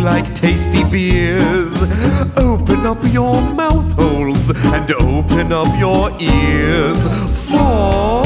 like tasty beers. Open up your mouth holes and open up your ears for.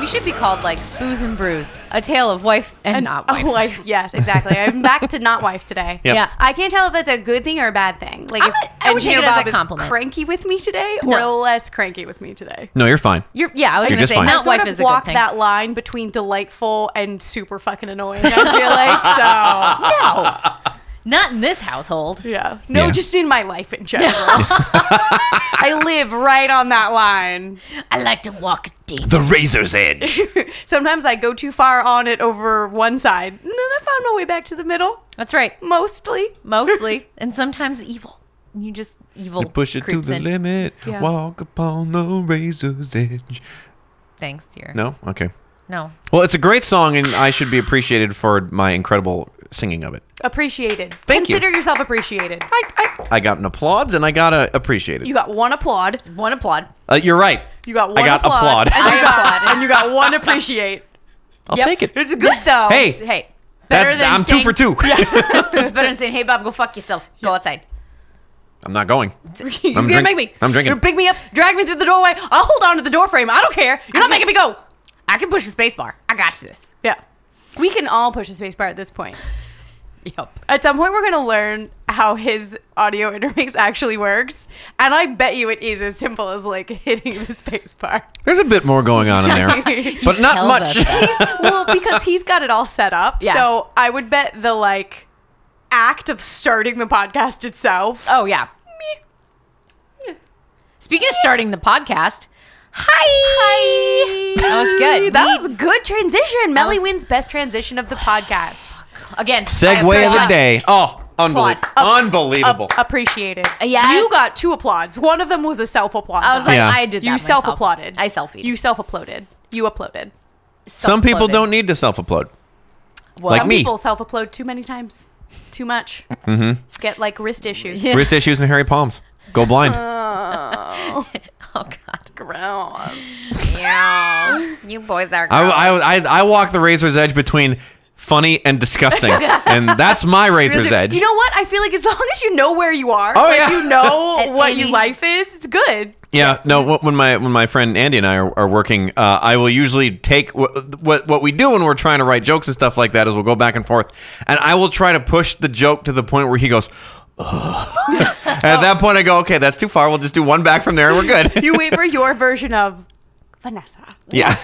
We should be called like Booze and Brews, a tale of wife and, not wife. Oh, wife. Yes, exactly. I'm back to not wife today. Yep. Yeah. I can't tell if that's a good thing or a bad thing. Like, I if would- I would take Engineer it as a Bob is compliment. cranky with me today, No. or less cranky with me today. No, you're fine. You're, yeah, I was You're going to just say, fine. not I sort wife of is a good walk thing. that line between delightful and super fucking annoying. I feel like so. no. Not in this household. Yeah. No, Yeah. just in my life in general. I live right on that line. I like to walk deep. The razor's edge. Sometimes I go too far on it over one side, and then I found my way back to the middle. That's right. Mostly. Mostly. and sometimes evil. You just evil. Push it to creeps the in. limit. Yeah. Walk upon the razor's edge. Thanks, dear. No? Okay. No. Well, it's a great song, and I should be appreciated for my incredible singing of it. Appreciated. Thank you. Consider yourself appreciated. I, I, I got an applauds, and I got a appreciated. You got one applaud. One applaud. uh, you're right. You got one I got applaud. applaud. And, you got, applauded. and you got one appreciate. I'll Yep. take it. It's good though. Hey, Hey. Better That's, than I'm saying, two for two. It's better than saying, hey, Bob, go fuck yourself. Go outside. I'm not going. You're I'm gonna drink- make me. I'm drinking. You're pick me up, drag me through the doorway. I'll hold on to the door frame. I don't care. You're not making me go. I can push the space bar. I got you this. Yeah. We can all push the space bar at this point. Yep. At some point, we're going to learn how his audio interface actually works. And I bet you it is as simple as like hitting the space bar. There's a bit more going on in there, but not tells us much. that. well, because he's got it all set up. Yeah. So I would bet the like act of starting the podcast itself. Oh, yeah. Speaking of starting the podcast, Hi. That was good. That We- was a good transition. Melly was- wins best transition of the podcast. again, I Segway of the applaud. day. Oh, unbelievable! Applaud. Unbelievable. Ap- appreciated. Yes. You got two applauds. One of them was a self applaud. I was like, Yeah. I did that. you myself. self applauded. I selfied. You self uploaded. You uploaded. Some people self-uploaded. don't need to self-upload. Well, like Some me, people self upload too many times. Too much. Mm-hmm. Get like wrist issues. Yeah. wrist issues and hairy palms. Go blind. Oh God. Gross. Yeah. you boys are. I, gross. I, I, I walk the razor's edge between funny and disgusting, and that's my razor's edge. You know what? I feel like as long as you know where you are, Oh, like yeah. you know At what any- your life is, it's good. Yeah, no. wh- When my when my friend Andy and I are, are working, uh, I will usually take what, what what we do when we're trying to write jokes and stuff like that is we'll go back and forth, and I will try to push the joke to the point where he goes. Ugh. And at that point, I go, okay, that's too far. We'll just do one back from there, and we're good. You wait for your version of Vanessa yeah,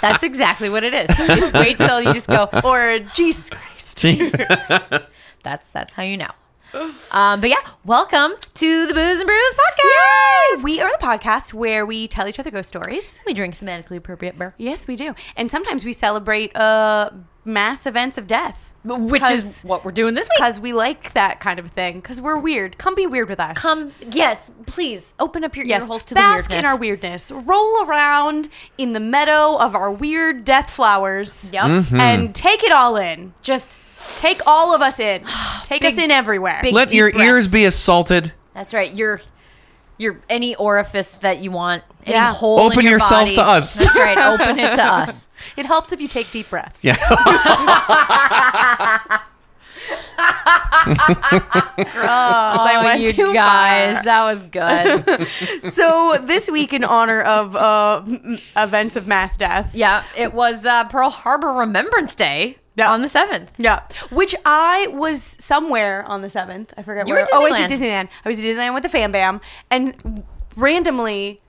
That's exactly what it is. It's wait till you just go. or Jesus Christ. That's that's how you know. Um, but yeah, welcome to the Booze and Brews podcast. We are the podcast where we tell each other ghost stories. We drink thematically appropriate beer, Yes, we do. And sometimes we celebrate uh, mass events of death which is what we're doing this week. because we like that kind of thing because we're weird. Come be weird with us. Come, yes, please open up your Yes, ear holes to bask the in our weirdness. weirdness. Roll around in the meadow of our weird death flowers Yep. and take it all in. Just take all of us in. Take us Big- in everywhere. big- let Deep your ears breaths. be assaulted. That's right. Your your any orifice that you want. Any Yeah. hole in Open your yourself body. to us. That's right. Open it to us. It helps if you take deep breaths. Yeah. I went Oh, you too guys, far. that was good. So this week, in honor of uh, m- events of mass death, yeah, it was uh, Pearl Harbor Remembrance Day Yeah. on the seventh. Yeah, which I was somewhere on the seventh. I forget You where. were at oh, I was at Disneyland. Disneyland. I was at Disneyland with the Fam Bam, and randomly,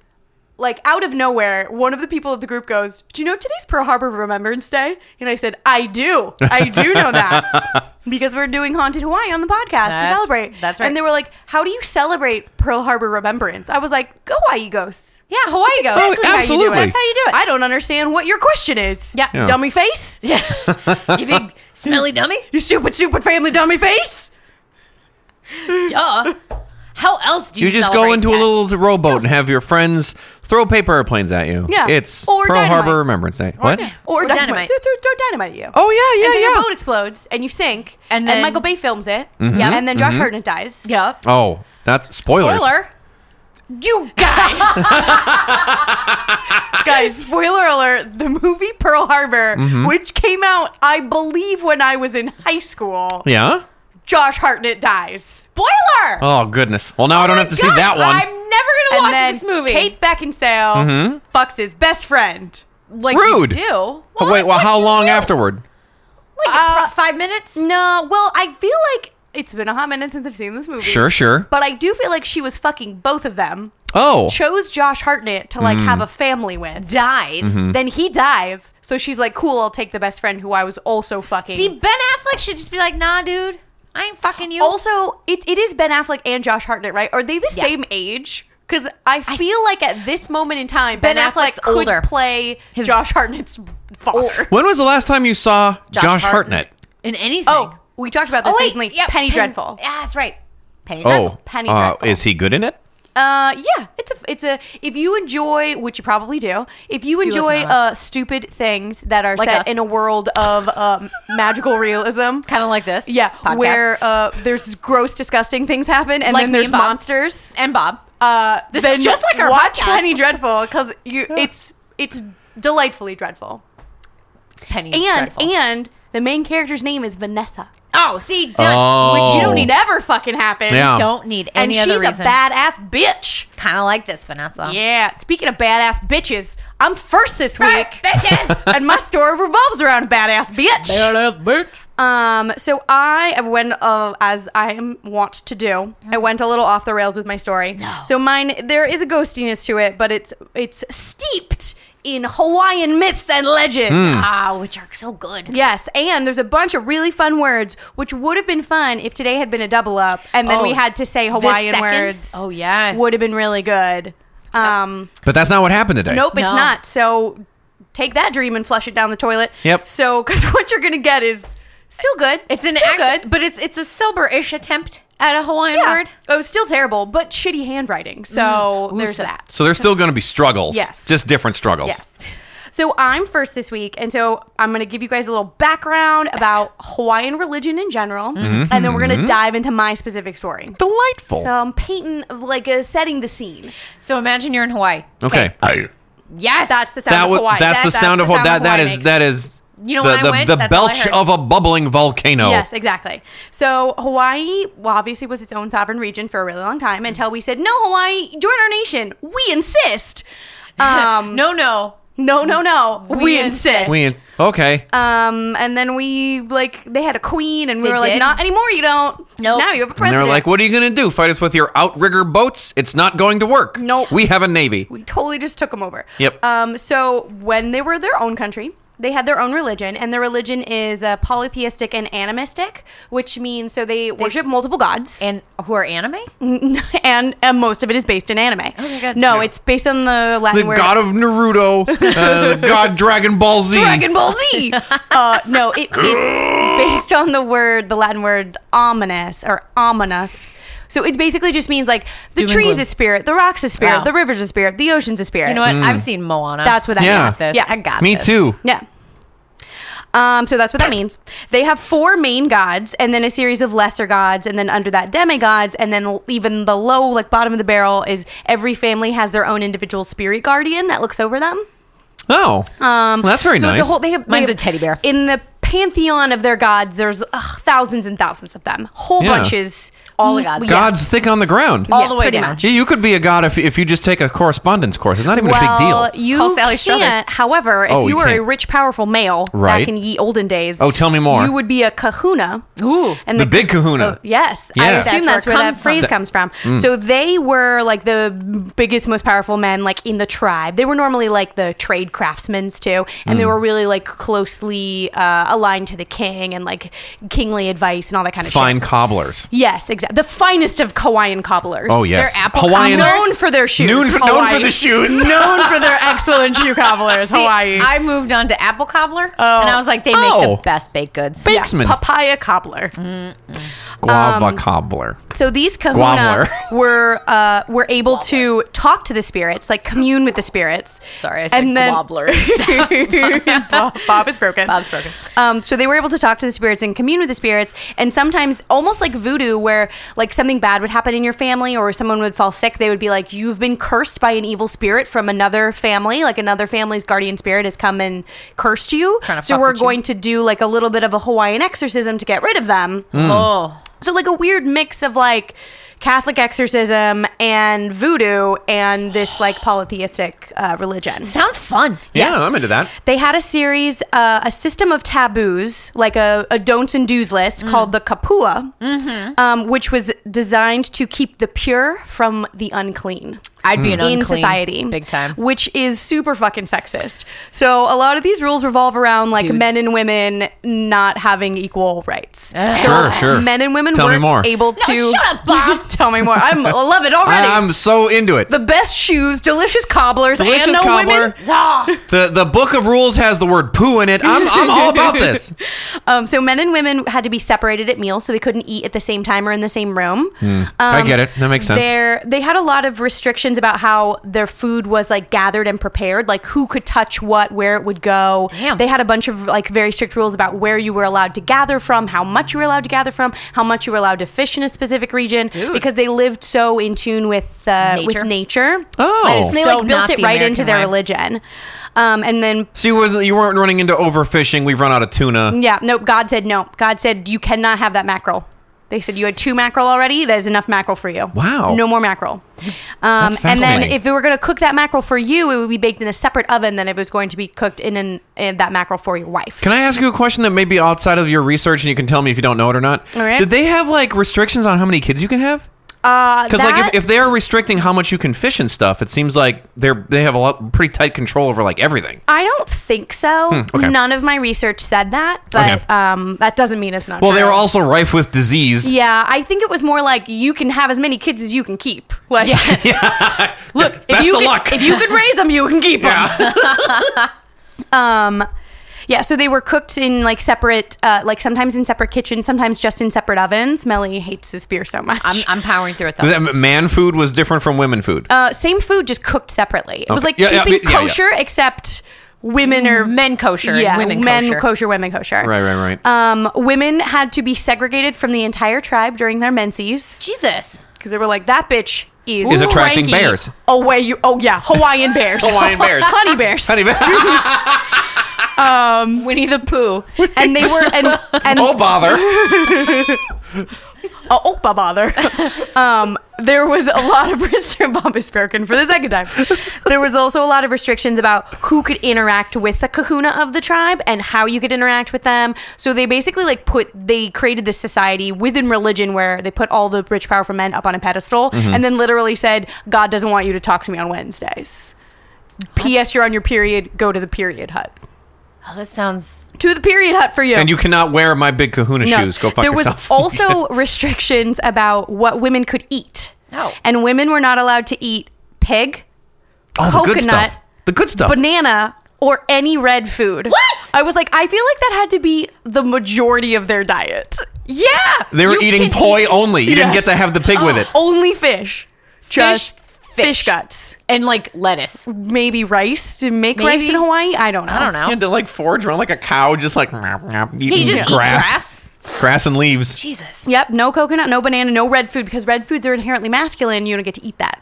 like out of nowhere, one of the people of the group goes, "Do you know today's Pearl Harbor Remembrance Day?" And I said, "I do. I do know that because we're doing Haunted Hawaii on the podcast to That's- celebrate." that's right. And they were like, "How do you celebrate Pearl Harbor Remembrance?" I was like, "Go Hawaii ghosts." Yeah, Hawaii goes. exactly Oh, how you do it. absolutely. That's how you do it. I don't understand what your question is. Yeah. Yeah. dummy face. yeah. you big smelly dummy. You stupid, stupid family dummy face. Duh. How else do you? You just go celebrate into a that? little rowboat and have your friends throw paper airplanes at you. Yeah. It's Or Pearl dynamite. Harbor Remembrance Day. What? Or, Or dynamite. dynamite. Throw, throw, throw dynamite at you. Oh yeah, yeah, and then yeah. your boat explodes and you sink. And And then- Michael Bay films it. Yep. And then Josh Hartnett dies. Yeah. Oh, that's Mm-hmm. spoilers. Spoiler. You guys. guys, spoiler alert, the movie Pearl Harbor, Mm-hmm. which came out, I believe, when I was in high school, Yeah. Josh Hartnett dies. Spoiler. Oh goodness. Well, now I don't have to see God, that one. I'm never gonna And watch then this movie. Kate Beckinsale Mm-hmm. fucks his best friend. like Rude. You do. Well, Oh, wait. that's Well, what how you long Mm-hmm. do. afterward? Like Uh, pro- five minutes. No, well, I feel like it's been a hot minute since I've seen this movie. Sure, sure. But I do feel like she was fucking both of them. Oh, Chose Josh Hartnett to like have a family with. Died. Then he dies. So she's like, cool, I'll take the best friend who I was also fucking. See, Ben Affleck should just be like, nah, dude, I ain't fucking you. also, it, it is Ben Affleck and Josh Hartnett, right? Are they the Yeah. same age? Because I feel like at this moment in time, Ben, Ben Affleck Affleck's could older. play His- Josh Hartnett's father. when was the last time you saw Josh, Hartnett? in anything. Oh, we talked about this recently. yeah, Penny Pen- Dreadful. Yeah, ah, that's right. Penny Oh, Dreadful. Penny uh, Dreadful. is he good in it? Uh, yeah, it's a it's a if you enjoy, which you probably do, if you listen enjoy to us. uh stupid things that are Like set us. in a world of um, magical realism. Kind of like this. Yeah, podcast. where uh, there's gross, disgusting things happen, and Like then me there's and Bob. monsters. and Bob. Uh, This is then just like our watch podcast. Penny Dreadful because you it's it's delightfully dreadful. It's Penny And Dreadful. and the main character's name is Vanessa, oh, see, done. Oh. Which you which don't need. never fucking happens. Yeah. Don't need and any she's other reason. a badass bitch. kind of like this, Vanessa. Yeah. Speaking of badass bitches, I'm first this First, week. bitches. and my story revolves around a badass bitch. Badass bitch. Um, so I went uh, as I am wont to do. I went a little off the rails with my story. So mine, there is a ghostiness to it, but it's it's steeped in Hawaiian myths and legends. Ah, which are so good. Yes, and there's a bunch of really fun words, which would have been fun if today had been a double up, and then Oh, we had to say Hawaiian second? words. Oh, yeah. would have been really good. Um, But that's not what happened today. Nope, it's No. not. So take that dream and flush it down the toilet. Yep. So, because what you're gonna get is still good. It's an still act- good. but it's it's a sober-ish attempt at a Hawaiian Yeah. word. Mm. Oh, still terrible, but shitty handwriting. So Ooh, there's so- that. So there's still going to be struggles. Yes. Just different struggles. Yes. So I'm first this week, and so I'm going to give you guys a little background about Hawaiian religion in general, Mm-hmm. and then we're going to dive into my specific story. Delightful. So I'm painting like a setting the scene. So imagine you're in Hawaii. okay. Yes. That's the sound That of was Hawaii. that's, the sound of Hawaii. Hawaii. That that is that is You know the, when I the, went, the that's all I belch heard. of a bubbling volcano. Yes, exactly. So Hawaii, well, obviously was its own sovereign region for a really long time until we said, "No, Hawaii, join our nation. We insist." Um, no, no. no, no, no. We, We insist. insist. We okay. um, and then we like they had a queen, and we They were like, did? "Not anymore. You don't. Nope. Now you have a and president." they're like, "What are you going to do? Fight us with your outrigger boats? It's not going to work. Nope. We have a navy. We totally just took them over. Yep. Um, so when they were their own country, they had their own religion, and their religion is uh, polytheistic and animistic, which means so they worship multiple gods. And who are anime? and, and most of it is based in anime. Okay, good. No, Yeah. it's based on the Latin the word god of Naruto, uh, the god Dragon Ball Z. Dragon Ball Z. uh, no, it, it's based on the word, the Latin word ominous or ominous. So it basically just means like the Doom and trees gloom. is spirit, the rocks is spirit, Wow. the rivers is spirit, the oceans is spirit. You know Mm. what? I've seen Moana. That's what that Yeah. means. This. Yeah, I got Me this. too. Yeah. Um, so that's what that means. They have four main gods, and then a series of lesser gods, and then under that demigods, and then l- even the low, like bottom of the barrel, is every family has their own individual spirit guardian that looks over them. Oh, Um, Well, that's very so nice. It's a whole, they have, they Mine's have- a teddy bear. In the pantheon of their gods, there's ugh, thousands and thousands of them. Whole Yeah. bunches. All the Mm, gods. yeah. Oh. God's thick on the ground. All Yeah, the way pretty down. much. Yeah, you could be a god if, if you just take a correspondence course. It's not even a big deal. Well, you Call Sally Struthers. can't. However, if Oh, you you were a can't. rich, powerful male Right. back in ye olden days, Oh, tell me more. You would be a kahuna. Ooh. and oh, The big kahuna. yes, I Yeah. Mm. assume that's, That's where it where, that comes from. phrase comes from. So they were like the biggest, most powerful men, like in the tribe. They were normally like the trade craftsmen too, and they Mm. were really like closely uh, aligned to the king and like kingly advice and all that kind of Fine shit. cobblers. Yes, exactly. The finest of Hawaiian cobblers. Oh yes, They're apple Hawaiian. cobblers? known for their shoes. Known for- known Hawaii. for the shoes. known for their excellent shoe cobblers. See, Hawaii. I moved on to apple cobbler, Oh. and I was like, they make Oh. the best baked goods. Bakesman. Papaya cobbler. um, Guava cobbler. So these kahuna Guavler. were uh, were able to talk to the spirits, like commune with the spirits. Sorry, I said wobbler. Bob, Bob is broken. Bob's broken. Um, so they were able to talk to the spirits and commune with the spirits, and sometimes almost like voodoo, where like something bad would happen in your family or someone would fall sick, they would be like, "You've been cursed by an evil spirit from another family. Like another family's guardian spirit has come and cursed you. Trying to So fuck we're with you. going to do like a little bit of a Hawaiian exorcism to get rid of them." Mm. Oh, So like a weird mix of like Catholic exorcism and voodoo and this like polytheistic uh, religion. sounds fun. Yeah, Yes. I'm into that. They had a series, uh, a system of taboos, like a, a don'ts and do's list called the Kapua, um, which was designed to keep the pure from the unclean I'd Mm. be an unclean in society big time. which is super fucking sexist so a lot of these rules revolve around like Dudes. men and women not having equal rights Sure, sure. men and women Tell me weren't more. able to shut up, Bob. tell me more I'm, i love it already I, am so into it. the best shoes delicious cobblers Delicious and the cobbler. women Ah, The the book of rules has the word poo in it. I'm I'm all about this. um, so men and women had to be separated at meals so they couldn't eat at the same time or in the same room um, I get it. That makes sense. there they had a lot of restrictions about how their food was like gathered and prepared like who could touch what where it would go Damn. they had a bunch of like very strict rules about where you were allowed to gather from how much you were allowed to gather from how much you were allowed to fish in a specific region Dude. because they lived so in tune with uh, Nature. with nature Oh. and they So like built not it the right American into their way. religion um, and then So you wasn't you weren't running into overfishing. We've run out of tuna. yeah nope god said no god said you cannot have that mackerel they said you had two mackerel already there's enough mackerel for you Wow. no more mackerel um, and then fascinating. if we were going to cook that mackerel for you it would be baked in a separate oven than if it was going to be cooked in, an, in that mackerel for your wife Can I ask you a question that may be outside of your research and you can tell me if you don't know it or not? All right. Did they have like restrictions on how many kids you can have? Because uh, like that- if, if they are restricting how much you can fish and stuff, it seems like they're they have a lot pretty tight control over like everything. I don't think so. Hmm, okay. None of my research said that, but Okay. um, that doesn't mean it's not. Well, they true. were also rife with disease. Yeah, I think it was more like you can have as many kids as you can keep. Like, look, if Best you of can, luck. if you can raise them, you can keep them. Yeah. Um, yeah, so they were cooked in like separate, uh, like sometimes in separate kitchens, sometimes just in separate ovens. Melly hates this beer so much. I'm, I'm powering through it though. That Man food was different from women food. uh, same food, just cooked separately. It was Okay. like Yeah, yeah, yeah, keeping yeah. kosher, except women are men kosher and yeah, women men kosher. women kosher. right, right, right. Um, women had to be segregated from the entire tribe during their menses Jesus. because they were like, "That bitch is, Is attracting cranky. bears." Away you! Oh yeah, Hawaiian bears. Hawaiian bears. honey bears. Honey, Winnie the Pooh. and they were and and oh bother. uh, oh, bah, bother. um, there was a lot of restriction. Bob is broken for the second time. There was also a lot of restrictions about who could interact with the Kahuna of the tribe and how you could interact with them. So they basically like put they created this society within religion where they put all the rich, powerful men up on a pedestal and then literally said, "God doesn't want you to talk to me on Wednesdays." P.S. You're on your period. Go to the period hut. Oh, that sounds. To the period hut for you. and you cannot wear my big Kahuna shoes. Go fuck there yourself. was also restrictions about what women could eat. Oh. And women were not allowed to eat pig, all the good coconut, stuff. The good stuff. banana, or any red food. What? I was like, I feel like that had to be the majority of their diet. Yeah. they were You eating can poi eat- only. You didn't get Yes. Oh, to have the pig with it. Only fish. Just fish. fish, guts. and like lettuce. Maybe rice. To make rice Maybe. in Hawaii? I don't know. I don't know. You had to like forage around like a cow, just like meow, meow, you eating just eat grass. grass and leaves. Jesus. Yep, no coconut, no banana, no red food because red foods are inherently masculine. You don't get to eat that.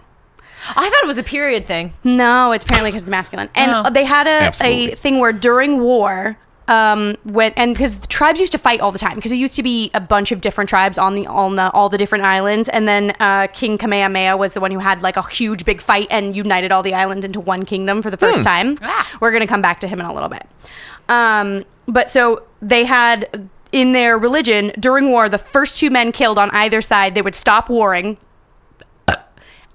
I thought it was a period thing. No, it's apparently because it's masculine. And Oh. they had a, Absolutely. a thing where during war, um, when and because the tribes used to fight all the time because it used to be a bunch of different tribes on the on the all the different islands, and then uh, King Kamehameha was the one who had like a huge big fight and united all the islands into one kingdom for the first time. Ah. We're gonna come back to him in a little bit. Um, but so they had in their religion during war, the first two men killed on either side, they would stop warring,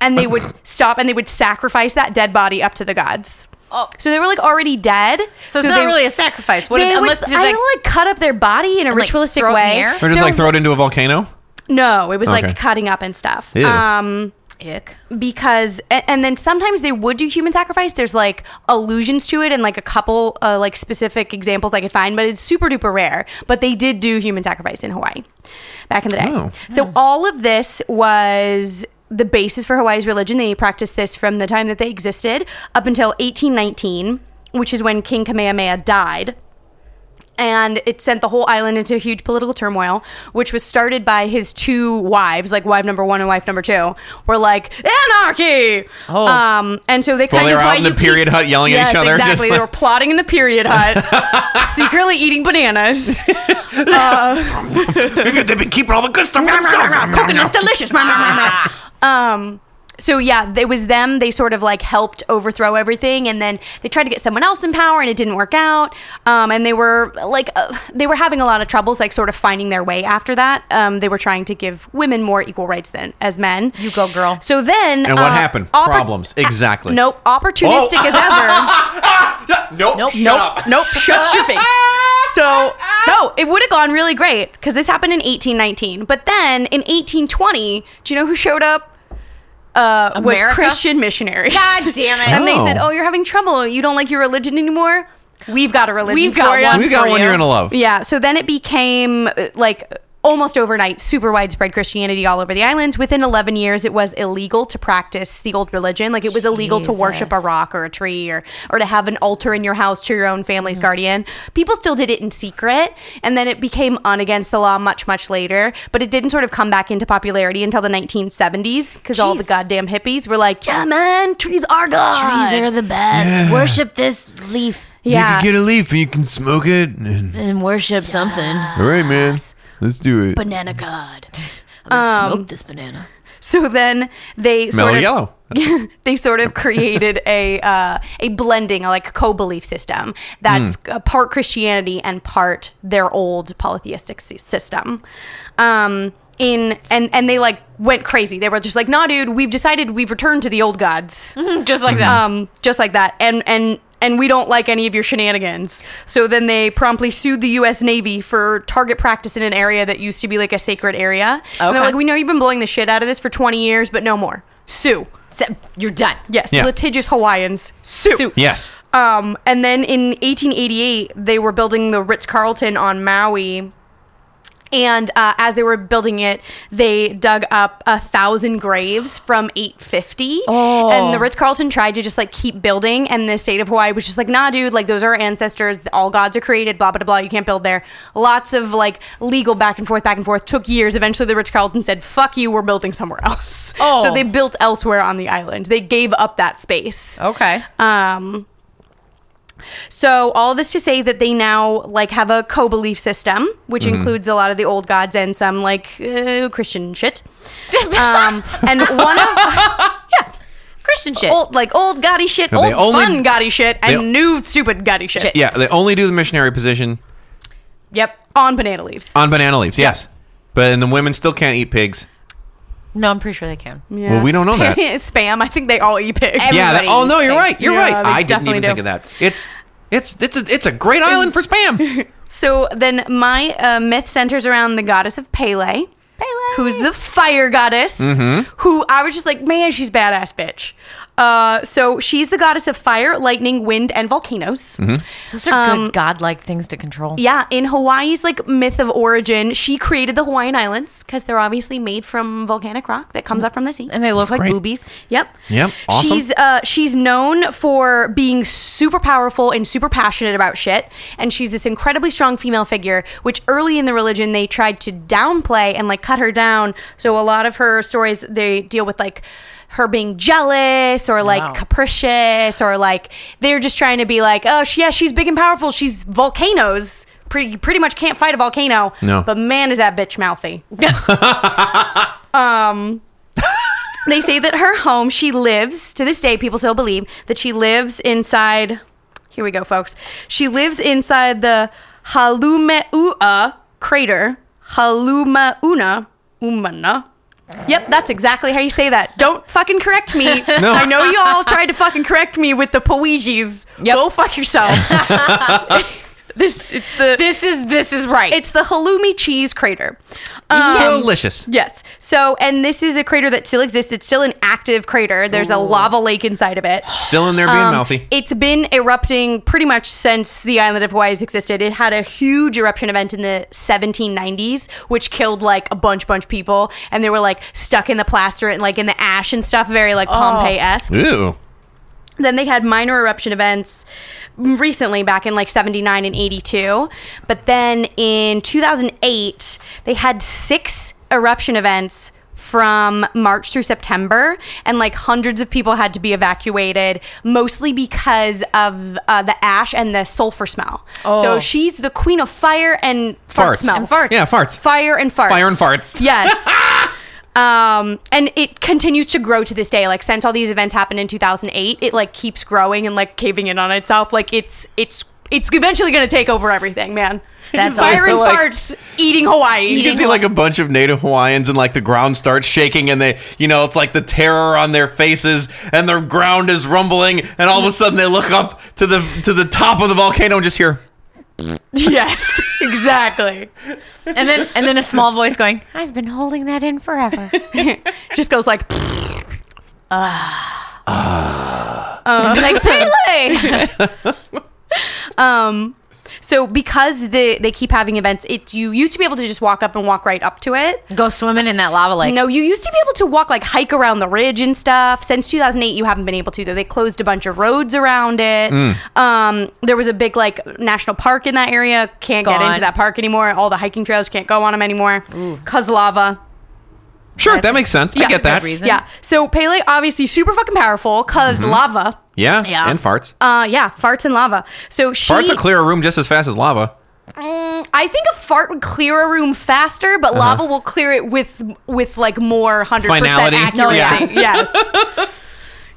and they would stop and they would sacrifice that dead body up to the gods. Oh. So they were like already dead. So it's not really a sacrifice. What they if, would, unless I like, don't like cut up their body in a like, ritualistic throw it in the way. air? Or just No, like throw it into a volcano. No, it was Okay. like cutting up and stuff. Ew. Um, Ick. because a- and then sometimes they would do human sacrifice there's like allusions to it and like a couple uh, like specific examples i could find but it's super duper rare but they did do human sacrifice in hawaii back in the day Oh. so all of this was the basis for hawaii's religion they practiced this from the time that they existed up until 1819 which is when king kamehameha died and it sent the whole island into huge political turmoil, which was started by his two wives, like wife number one and wife number two, were like anarchy. Oh. Um, and so they kind Well, they of were out in the period hut yelling at each other. just Exactly, they were like- plotting in the period hut, secretly eating bananas. They've been keeping all the good stuff for themselves. Coconut's delicious. um. So yeah, it was them. They sort of like helped overthrow everything, and then they tried to get someone else in power, and it didn't work out. Um, and they were like, uh, they were having a lot of troubles, like sort of finding their way after that. Um, they were trying to give women more equal rights than as men. You go, girl. So then, And what uh, happened? oppor- Problems. Exactly. Nope, opportunistic as Ah, ever. Nope. Nope. Shut Nope. up. nope, shut your face. So no, it would have gone really great because this happened in 1819. But then in 1820, do you know who showed up? Uh, was America? Christian missionaries. God damn it. And they Oh. said, "Oh, you're having trouble. You don't like your religion anymore. We've got a religion. We've got for ya." one. We got for one you. you're gonna love. Yeah. So then it became uh, like almost overnight super widespread Christianity all over the islands. Within 11 years, it was illegal to practice the old religion. Like it was illegal to worship a Jesus. rock or a tree or or to have an altar in your house to your own family's Mm-hmm. guardian. People still did it in secret, and then it became un against the law much much later. But it didn't sort of come back into popularity until the 1970s because all the Jeez. goddamn hippies were like, "Yeah, man, trees are god. Trees are the best. Worship this leaf yeah." a leaf and you can smoke it. and- and worship something. all right, man. Let's do it. Banana god. I'm gonna smoke this banana. so then they sort Mellow of yellow. they sort of created a uh, a blending, a like co-belief system that's Hmm. uh, part Christianity and part their old polytheistic sy- system. Um, in and and they like went crazy. They were just like, "Nah, dude, we've decided we've returned to the old gods." Just like that. um, just like that. And and and we don't like any of your shenanigans. So then they promptly sued the U.S. Navy for target practice in an area that used to be like a sacred area. And they're Okay. like, "We know you've been blowing the shit out of this for 20 years, but no more. Sue." So you're done. Yes, Yeah. litigious Hawaiians sue. Sue. Yes. Um, and then in 1888, they were building the Ritz Carlton on Maui. And uh, as they were building it, they dug up a thousand graves from 850. Oh. And the Ritz Carlton tried to just like keep building. And the state of Hawaii was just like, nah, dude, like those are our ancestors. All gods are created, blah, blah, blah. You can't build there. Lots of like legal back and forth, back and forth. Took years. Eventually, the Ritz Carlton said, fuck you, we're building somewhere else. Oh. So they built elsewhere on the island. They gave up that space. Okay. Um, so all this to say that they now like have a co-belief system, which Mm-hmm. includes a lot of the old gods and some like uh, Christian shit. Um, and one of Christian shit. old like old gaudy shit, No, old they only- fun gaudy shit, and they- new stupid gaudy shit, Shit. Yeah. They only do the missionary position Yep, on banana leaves. on banana leaves. Yes. But and the women still can't eat pigs. no, I'm pretty sure they can. Yeah. Well, we don't know that. Spam. I think they all eat pigs. yeah. That, Everybody oh no, you're thinks- right. You're Yeah, right. they I didn't definitely even do. think of that. It's it's it's a, it's a great island for spam. So then my uh, myth centers around the goddess of Pele. Pele. Who's the fire goddess. Who I was just like, man, she's badass bitch. Uh, so she's the goddess of fire, lightning, wind, and volcanoes. Those are good godlike things to control. Yeah, in Hawaii's like myth of origin, she created the Hawaiian Islands because they're obviously made from volcanic rock that comes up from the sea. And they look like Great. boobies. Yep. Yep, awesome. She's uh, she's known for being super powerful and super passionate about shit, and she's this incredibly strong female figure. Which early in the religion they tried to downplay and like cut her down. So a lot of her stories they deal with like her being jealous or like Wow. capricious or like they're just trying to be like, oh she, yeah, she's big and powerful. She's volcanoes. Pretty, you pretty much can't fight a volcano. No. But man, is that bitch mouthy. they say that her home, she lives to this day, people still believe that she lives inside. Here we go, folks. She lives inside the Halumeua crater. Halumauna. Umana. Yep, that's exactly how you say that. Don't fucking correct me. I know you all tried to fucking correct me with the Poegies. Yep. Go fuck yourself. This it's the This is this is right. it's the halloumi cheese crater. Um, Delicious. Yes. So, and this is a crater that still exists. It's still an active crater. There's a lava lake inside of it. Still in there being Um, mouthy. It's been erupting pretty much since the island of Hawaii has existed. It had a huge eruption event in the 1790s, which killed like a bunch, bunch people, and they were like stuck in the plaster and like in the ash and stuff, very Oh. like Pompeii esque. Ew. Then they had minor eruption events recently back in like 79 and 82. But then in 2008, they had six eruption events from March through September. And like hundreds of people had to be evacuated, mostly because of uh, the ash and the sulfur smell. So she's the queen of fire and fart Oh. Farts. smells. And farts. Yeah, farts. Fire and farts. Fire and farts. Yes. um, and it continues to grow to this day. Like since all these events happened in 2008, it like keeps growing and like caving in on itself. Like it's it's it's eventually gonna take over everything, man. That's fire and awesome. I feel like- farts eating Hawaii. You can see like a bunch of Native Hawaiians and like the ground starts shaking and they, you know, it's like the terror on their faces and their ground is rumbling and all of a sudden they look up to the to the top of the volcano and just hear. yes, exactly. and then and then a small voice going, "I've been holding that in forever." Just goes like Ah. And Uh. be like Pele. um. So because the they keep having events, it you used to be able to just walk up and walk right up to it. Go swimming in that lava lake. No, you used to be able to walk like hike around the ridge and stuff. Since 2008, you haven't been able to though. They closed a bunch of roads around it. Hmm. Um, there was a big like national park in that area. Can't get Gone. into that park anymore. All the hiking trails can't go on them anymore because lava. Sure, that makes sense. I get a good that. reason. Yeah. So Pele obviously super fucking powerful because Mm-hmm. lava. Yeah, Yeah. and farts. Uh, yeah, farts and lava. So she, farts will clear a room just as fast as lava. Mm, I think a fart would clear a room faster, but Uh-huh. lava will clear it with with like more hundred percent Finality. accuracy. Yeah. Yes.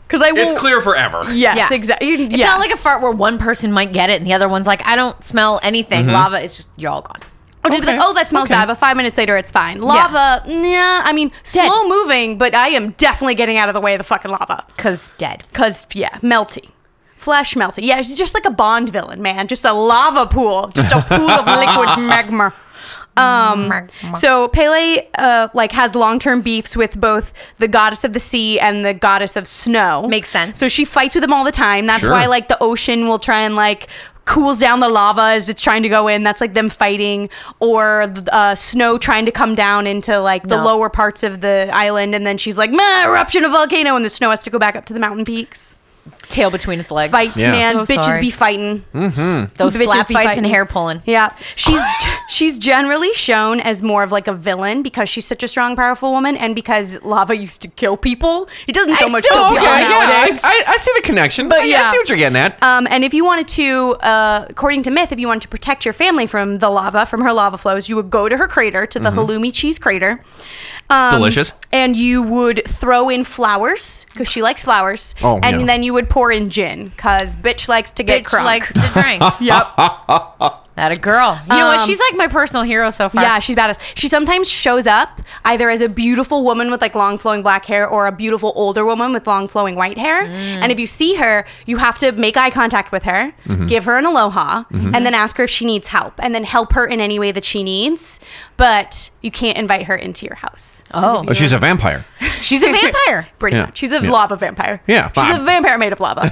Because I will. It's clear forever. Yes, Yeah. exactly. It's not like a fart where one person might get it and the other one's like, I don't smell anything. Lava is just, you're all gone. I'll just be like, oh, that smells bad, but five minutes later, it's fine. Lava, yeah, I mean, Dead. slow moving, but I am definitely getting out of the way of the fucking lava. Because dead. Cause yeah, melty, flesh melty. Yeah, she's just like a Bond villain, man. Just a lava pool, just a pool of liquid magma. Um, Magma. so Pele uh, like has long term beefs with both the goddess of the sea and the goddess of snow. Makes sense. So she fights with them all the time. That's Sure. why like the ocean will try and like cools down the lava as it's trying to go in. That's like them fighting, or uh, snow trying to come down into like the No. lower parts of the island, and then she's like, "Meh, eruption of volcano," and the snow has to go back up to the mountain peaks Tail between its legs. fights, Yeah. man. So bitches sorry. be fighting. Those bitches slap be fights fighting. and hair pulling. Yeah, she's she's generally shown as more of like a villain because she's such a strong, powerful woman, and because lava used to kill people. It doesn't so I much. still kill don't Okay, know people yeah, I, nowadays. I, I see the connection. But I, yeah. I see what you're getting at. Um, and if you wanted to, uh, according to myth, if you wanted to protect your family from the lava, from her lava flows, you would go to her crater, to the halloumi cheese crater. Um, Mm-hmm. Delicious. And you would throw in flowers because she likes flowers. Oh, and yeah. then you would pour in gin because bitch likes to get Bitch crunk. likes to drink. yep. that a girl. You know what? Um, She's like my personal hero so far. Yeah, she's badass. She sometimes shows up either as a beautiful woman with like long flowing black hair or a beautiful older woman with long flowing white Mm. hair. And if you see her, you have to make eye contact with her, Mm-hmm. give her an aloha, and then ask her if she needs help, and then help her in any way that she needs. But you can't invite her into your house. Oh, Oh, she's a vampire. she's a vampire. Pretty Yeah. much. She's a Yeah. lava vampire. Yeah, She's fine. a vampire made of lava.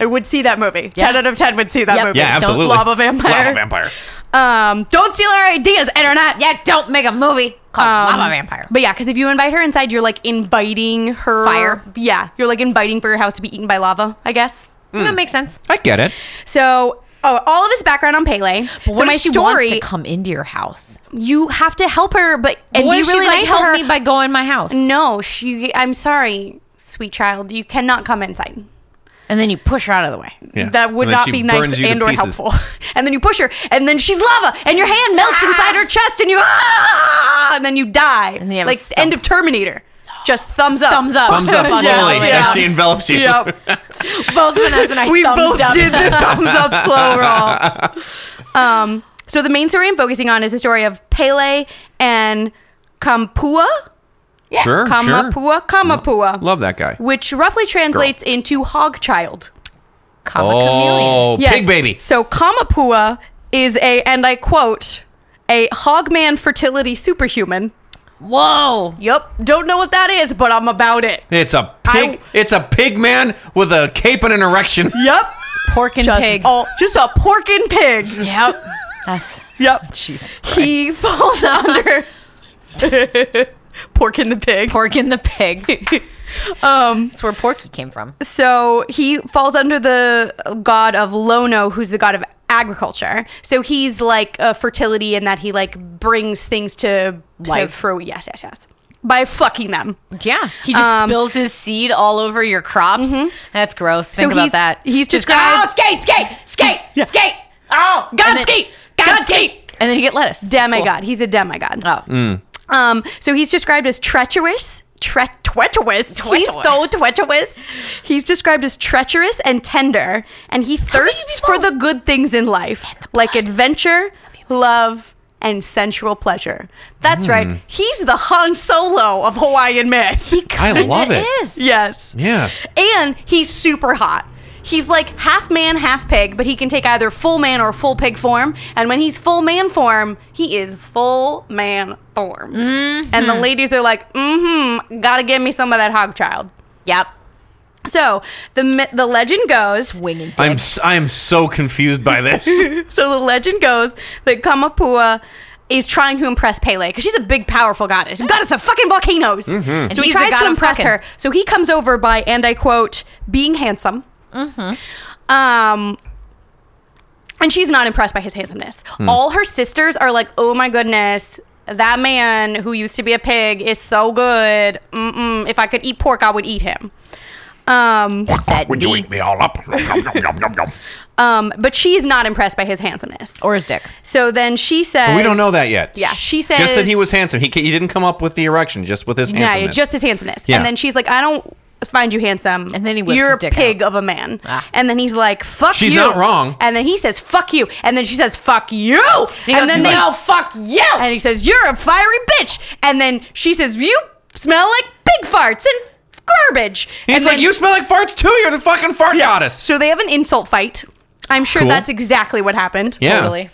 I would see that movie. 10 out of 10 would see that Yep. movie. Yeah, Don't- absolutely. lava vampire. Lava vampire. Um, don't steal our ideas, internet. Yeah, don't make a movie called Um, Lava Vampire. But yeah, because if you invite her inside, you're like inviting her Fire. Yeah, you're like inviting for your house to be eaten by lava. I guess. That makes sense. I get it. So. Oh, all of this background on Pele. But so what my if she story, wants to come into your house? you have to help her, but and what be if really she's like, Mm. nice to help her. me by going to my house? no, she. I'm sorry, sweet child. You cannot come inside. And then you push her out of the way. Yeah. That would And then not she be nice burns you to and or pieces. helpful. And then you push her, and then she's lava, and your hand melts inside her chest, and you ah, and then you die. then you have a like stump. end of Terminator. Just thumbs up. Thumbs up. Thumbs up Yeah, slowly yeah. as she envelops you. Yep. Both Vanessa and I we thumbs both up. did the thumbs up slow roll. Um, so the main story I'm focusing on is the story of Pele and Kampua, Oh, Sure, sure. Kamapua, Kamapua, Love that guy. which roughly translates into hog child. comma chameleon. Oh, Yes. pig baby. So Kamapua is a, and I quote, a hogman fertility superhuman. Whoa. Yep. Don't know what that is, but I'm about it. It's a pig. it's a pig man with a cape and an erection. Yep. Pork and Just pig. all- just a porkin pig. Yep. That's Yep. Jesus. He falls under porkin the pig. Pork and the pig. um. That's where Porky came from. So he falls under the god of Lono, who's the god of agriculture. So he's like a fertility in that he like brings things to to Life. fru- yes, yes, yes. By fucking them. Yeah. He just Um, Mm-hmm. spills his seed all over your crops. That's gross. Think about he's- that. he's just described- oh, skate, skate, skate, skate. Oh, God and then- skate, God, God skate. And then you get lettuce. Demigod. He's a demigod. Cool. Oh. Mm. Um, so he's described as treacherous. Tre- treacherous. He's Treacherous. so treacherous. He's described as treacherous and tender, and he thirsts for the good things in life, like adventure, love, and sensual pleasure. That's Mm. right. He's the Han Solo of Hawaiian myth. I love it. Is. yes. Yeah. And he's super hot. He's like half man, half pig, but he can take either full man or full pig form. And when he's full man form, he is full man form. And the ladies are like, mm hmm, gotta give me some of that hog child. Yep. So the, mi- the legend goes Swinging. Dick. I'm s- I am so confused by this. so the legend goes that Kamapua is trying to impress Pele because she's a big, powerful goddess, goddess of fucking volcanoes. Mm-hmm. So he Mm-hmm. he's the tries god to of impress fucking. her. So he comes over by, and I quote, being handsome. Mm-hmm. Um, and she's not impressed by his handsomeness. Hmm. All her sisters are like, oh my goodness. That man who used to be a pig is so good. Mm-mm. If I could eat pork, I would eat him. Um, that Would you D. eat me all up? Nom, nom, nom, nom, nom, nom. um, but she's not impressed by his handsomeness. or his dick. So then she says, we don't know that yet. Yeah, she just that he says- was handsome. He ca- he didn't come up with the erection, just with his Yeah, handsomeness. just his handsomeness. Yeah. And then she's like, I don't find you handsome. And then he whips You're his a dick pig of a man. Ah. And then he's like, fuck She's you. not wrong. And then he says, fuck you. And then she says, fuck you. And, he goes, then they "No, all fuck you. And he says, you're a fiery bitch. And then she says, you smell like pig farts and garbage. He's and like, then- you smell like farts too. You're the fucking fart goddess. So they have an insult fight. I'm sure Cool. that's exactly what happened. Yeah. Totally.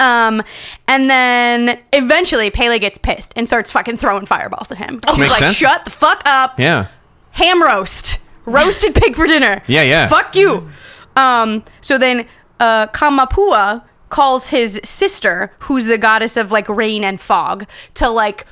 Um, and then eventually Pele gets pissed and starts fucking throwing fireballs at him. He's Makes like, sense. shut the fuck up. Yeah. ham roast, roasted pig for dinner. Yeah, yeah. Fuck you. Um, so then uh, Kamapua calls his sister, who's the goddess of like rain and fog, to like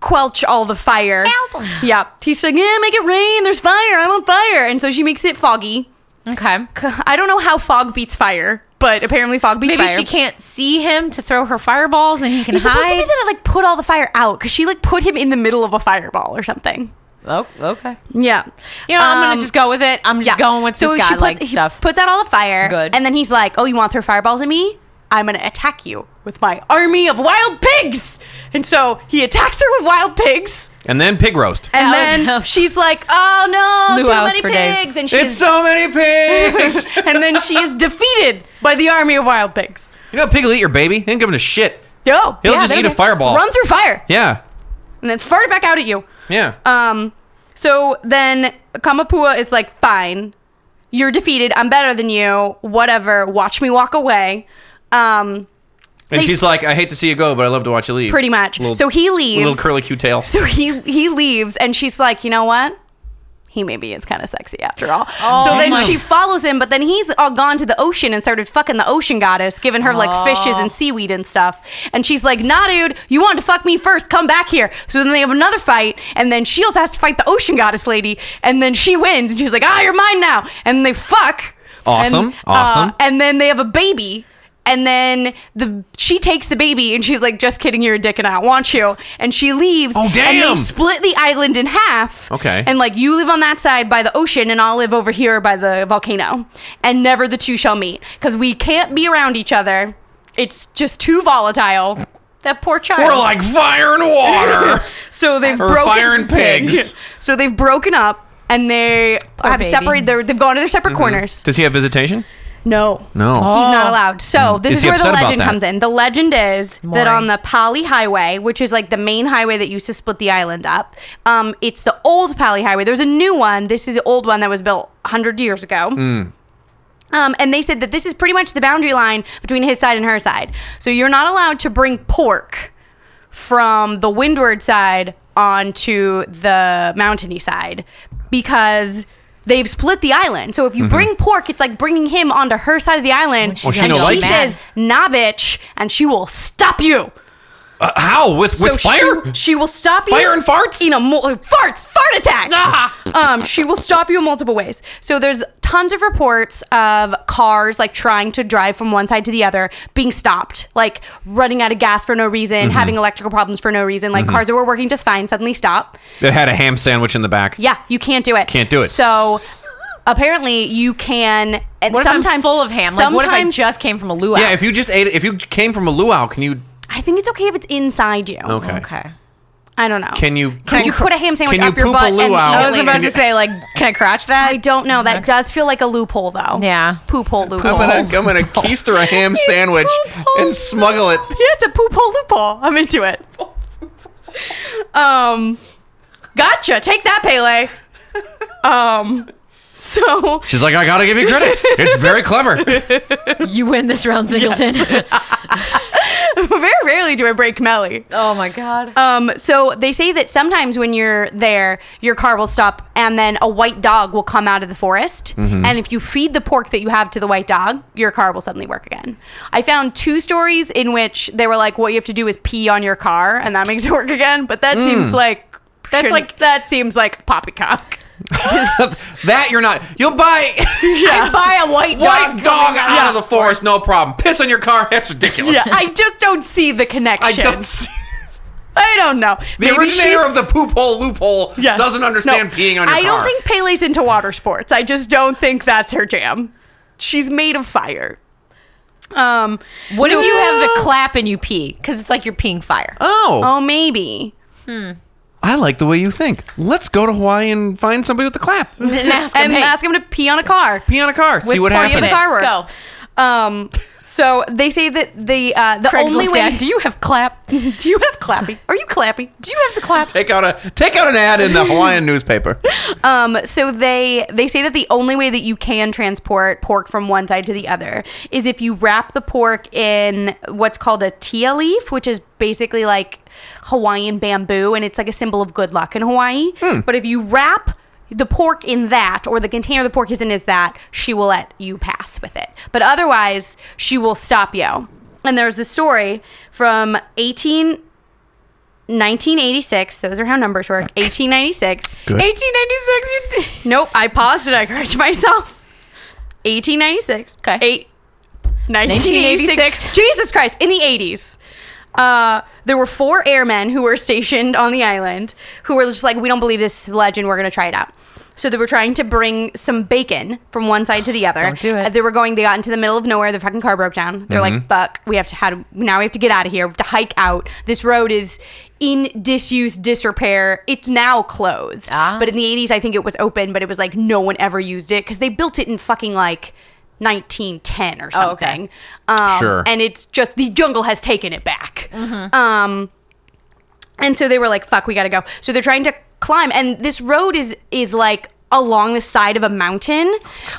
quelch all the fire. Help. Yeah. He's like, yeah, make it rain. There's fire. I'm on fire. And so she makes it foggy. Okay. I don't know how fog beats fire, but apparently fog beats Maybe fire. she can't see him to throw her fireballs, and he can It's supposed to be hide. that it like put all the fire out because she like put him in the middle of a fireball or something. oh, okay. Yeah. You know, I'm Um, gonna just go with it. I'm just going with this guy puts, like he stuff. puts out all the fire. Good. And then he's like, "Oh, you want to throw fireballs at me? I'm gonna attack you with my army of wild pigs." And so he attacks her with wild pigs, And then pig roast. and That was- then she's like, "Oh no, Luau's too for many days. pigs!" And It's she's so many pigs. and then she is defeated by the army of wild pigs. you know, a pig will eat your baby. He didn't give him a shit. Yo, He'll just there eat it a is. fireball. Run through fire, Yeah. and then fart it back out at you. Yeah. Um, so then Kamapua is like, fine, you're defeated. I'm better than you. Whatever. Watch me walk away. Um, and they- she's like, I hate to see you go, but I love to watch you leave. pretty much. Little- so he leaves. Little curly Q tail. So he he leaves, and she's like, you know what? He maybe is kind of sexy after all. so then my- she follows him, but then he's all gone to the ocean and started fucking the ocean goddess, giving her like fishes and seaweed and stuff. And she's like, nah, dude, you wanted to fuck me first. Come back here. So then they have another fight, and then she also has to fight the ocean goddess lady, and then she wins, and she's like, ah, you're mine now. And they fuck. Awesome, And, uh, awesome. and then they have a baby. And then the she takes the baby and she's like, "Just kidding, you're a dick, and I don't want you." And she leaves. Oh, And damn. they split the island in half. Okay. And like, you live on that side by the ocean, and I'll live over here by the volcano. And never the two shall meet because we can't be around each other. It's just too volatile. that poor child. We're like fire and water. So they've Or broken fire and pigs. So they've broken up and they Poor have baby. separated. Their, they've gone to their Mm-hmm. separate corners. Does he have visitation? No. No. Hmm. He's not Oh. allowed. So this Is is, he where the upset about legend that? comes in. The legend is that Maury. on the Pali Highway, which is like the main highway that used to split the island up, um, it's Hmm. the old Pali Highway. There's a new one. This is the old one that was built 100 years ago. Um, and they said that this is pretty much the boundary line between his side and her side. So you're not allowed to bring pork from the windward side onto the mountainy side because they've split the island. So if you bring pork, it's like bringing him onto her side of the island. Well, she no she likes it. says, nah, bitch, and she will stop you. Uh, how with with So fire? She, she will stop you. Fire and farts? Ah! In a mul- farts, fart attack. Um, she will stop you in multiple ways. So there's tons of reports of cars like trying to drive from one side to the other, being stopped, like running out of gas for no reason, Mm-hmm. having electrical problems for no reason, like cars that were working just fine suddenly stop. It had a ham sandwich in the back. Yeah, you can't do it. Can't do it. So apparently you can. And What sometimes if I'm full of ham? Like, what if I sometimes- just came from a luau? Yeah, if you just ate it, if you came from a luau, can you? I think it's okay if it's inside you. Okay. okay. I don't know. Can you? Could you put a ham sandwich Can you up your poop a butt? and luau? eat it I was later? about to say, like, can I crotch that? I don't know. That does feel like a loophole, though. Yeah. Poop hole loophole. I'm gonna, I'm gonna keister a ham sandwich and smuggle it. yeah, it's a poop hole loophole. I'm into it. Um, gotcha. Take that, Pele. Um, so She's like, I gotta give you credit. It's very clever. You win this round, Singleton. very rarely do I break Melly. oh my god. Um, so they say that sometimes when you're there, your car will stop, and then a white dog will come out of the forest. And if you feed the pork that you have to the white dog, your car will suddenly work again. I found two stories in which they were like, "What you have to do is pee on your car, and that makes it work again." But that seems like that's Shouldn't- like that seems like poppycock. That you're not. You'll buy I buy a white dog. white dog out Yeah. of the forest, no problem. Piss on your car. That's ridiculous. Yeah, I just don't see the I connection. don't. See, I don't know. the originator of the poop hole loophole Yes. doesn't understand No, peeing on your car. I don't think Pele's into water sports. I just don't think that's her jam. She's made of fire. Um, What if you have the clap and you pee? Because it's like you're peeing fire. Oh, Oh, maybe. I like the way you think. Let's go to Hawaii and find somebody with the clap. And ask him, And hey, ask him to pee on a car. Pee on a car. see what With See if happens. the car Go. works. Um, so they say that the uh, the Craigslist only way. ad, do you have clap? Do do you have clappy? Are you clappy? you have the clap? Take out a take out an ad in the Hawaiian newspaper. Um, so they they say that the only way that you can transport pork from one side to the other is if you wrap the pork in what's called a tia leaf, which is basically like Hawaiian bamboo, and it's like a symbol of good luck in Hawaii. But if you wrap the pork in that, or the container the pork is in, is that she will let you pass with it. But otherwise, she will stop you. And there's a story from 18. 1986, those are how numbers work. 1896. 1896. you- Nope, I paused and I corrected myself. 1896. Okay. Eight, 1986. 1986. Jesus Christ, in the 80s. Uh, there were four airmen who were stationed on the island who were just like, we don't believe this legend. We're going to try it out. So they were trying to bring some bacon from one side to the other. Don't do it. Uh, They were going. They got into the middle of nowhere. The fucking car broke down. They're Mm-hmm. like, "Fuck! We have to. How do, now? We have to get out of here. We have to hike out. This road is in disuse, disrepair. It's now closed. Ah. But in the '80s, I think it was open. But it was like no one ever used it because they built it in fucking like 1910 or Oh, okay. something. um, Sure. And it's just the jungle has taken it back. Mm-hmm. Um, and so they were like, "Fuck, we gotta go." So they're trying to climb, and this road is is like along the side of a mountain,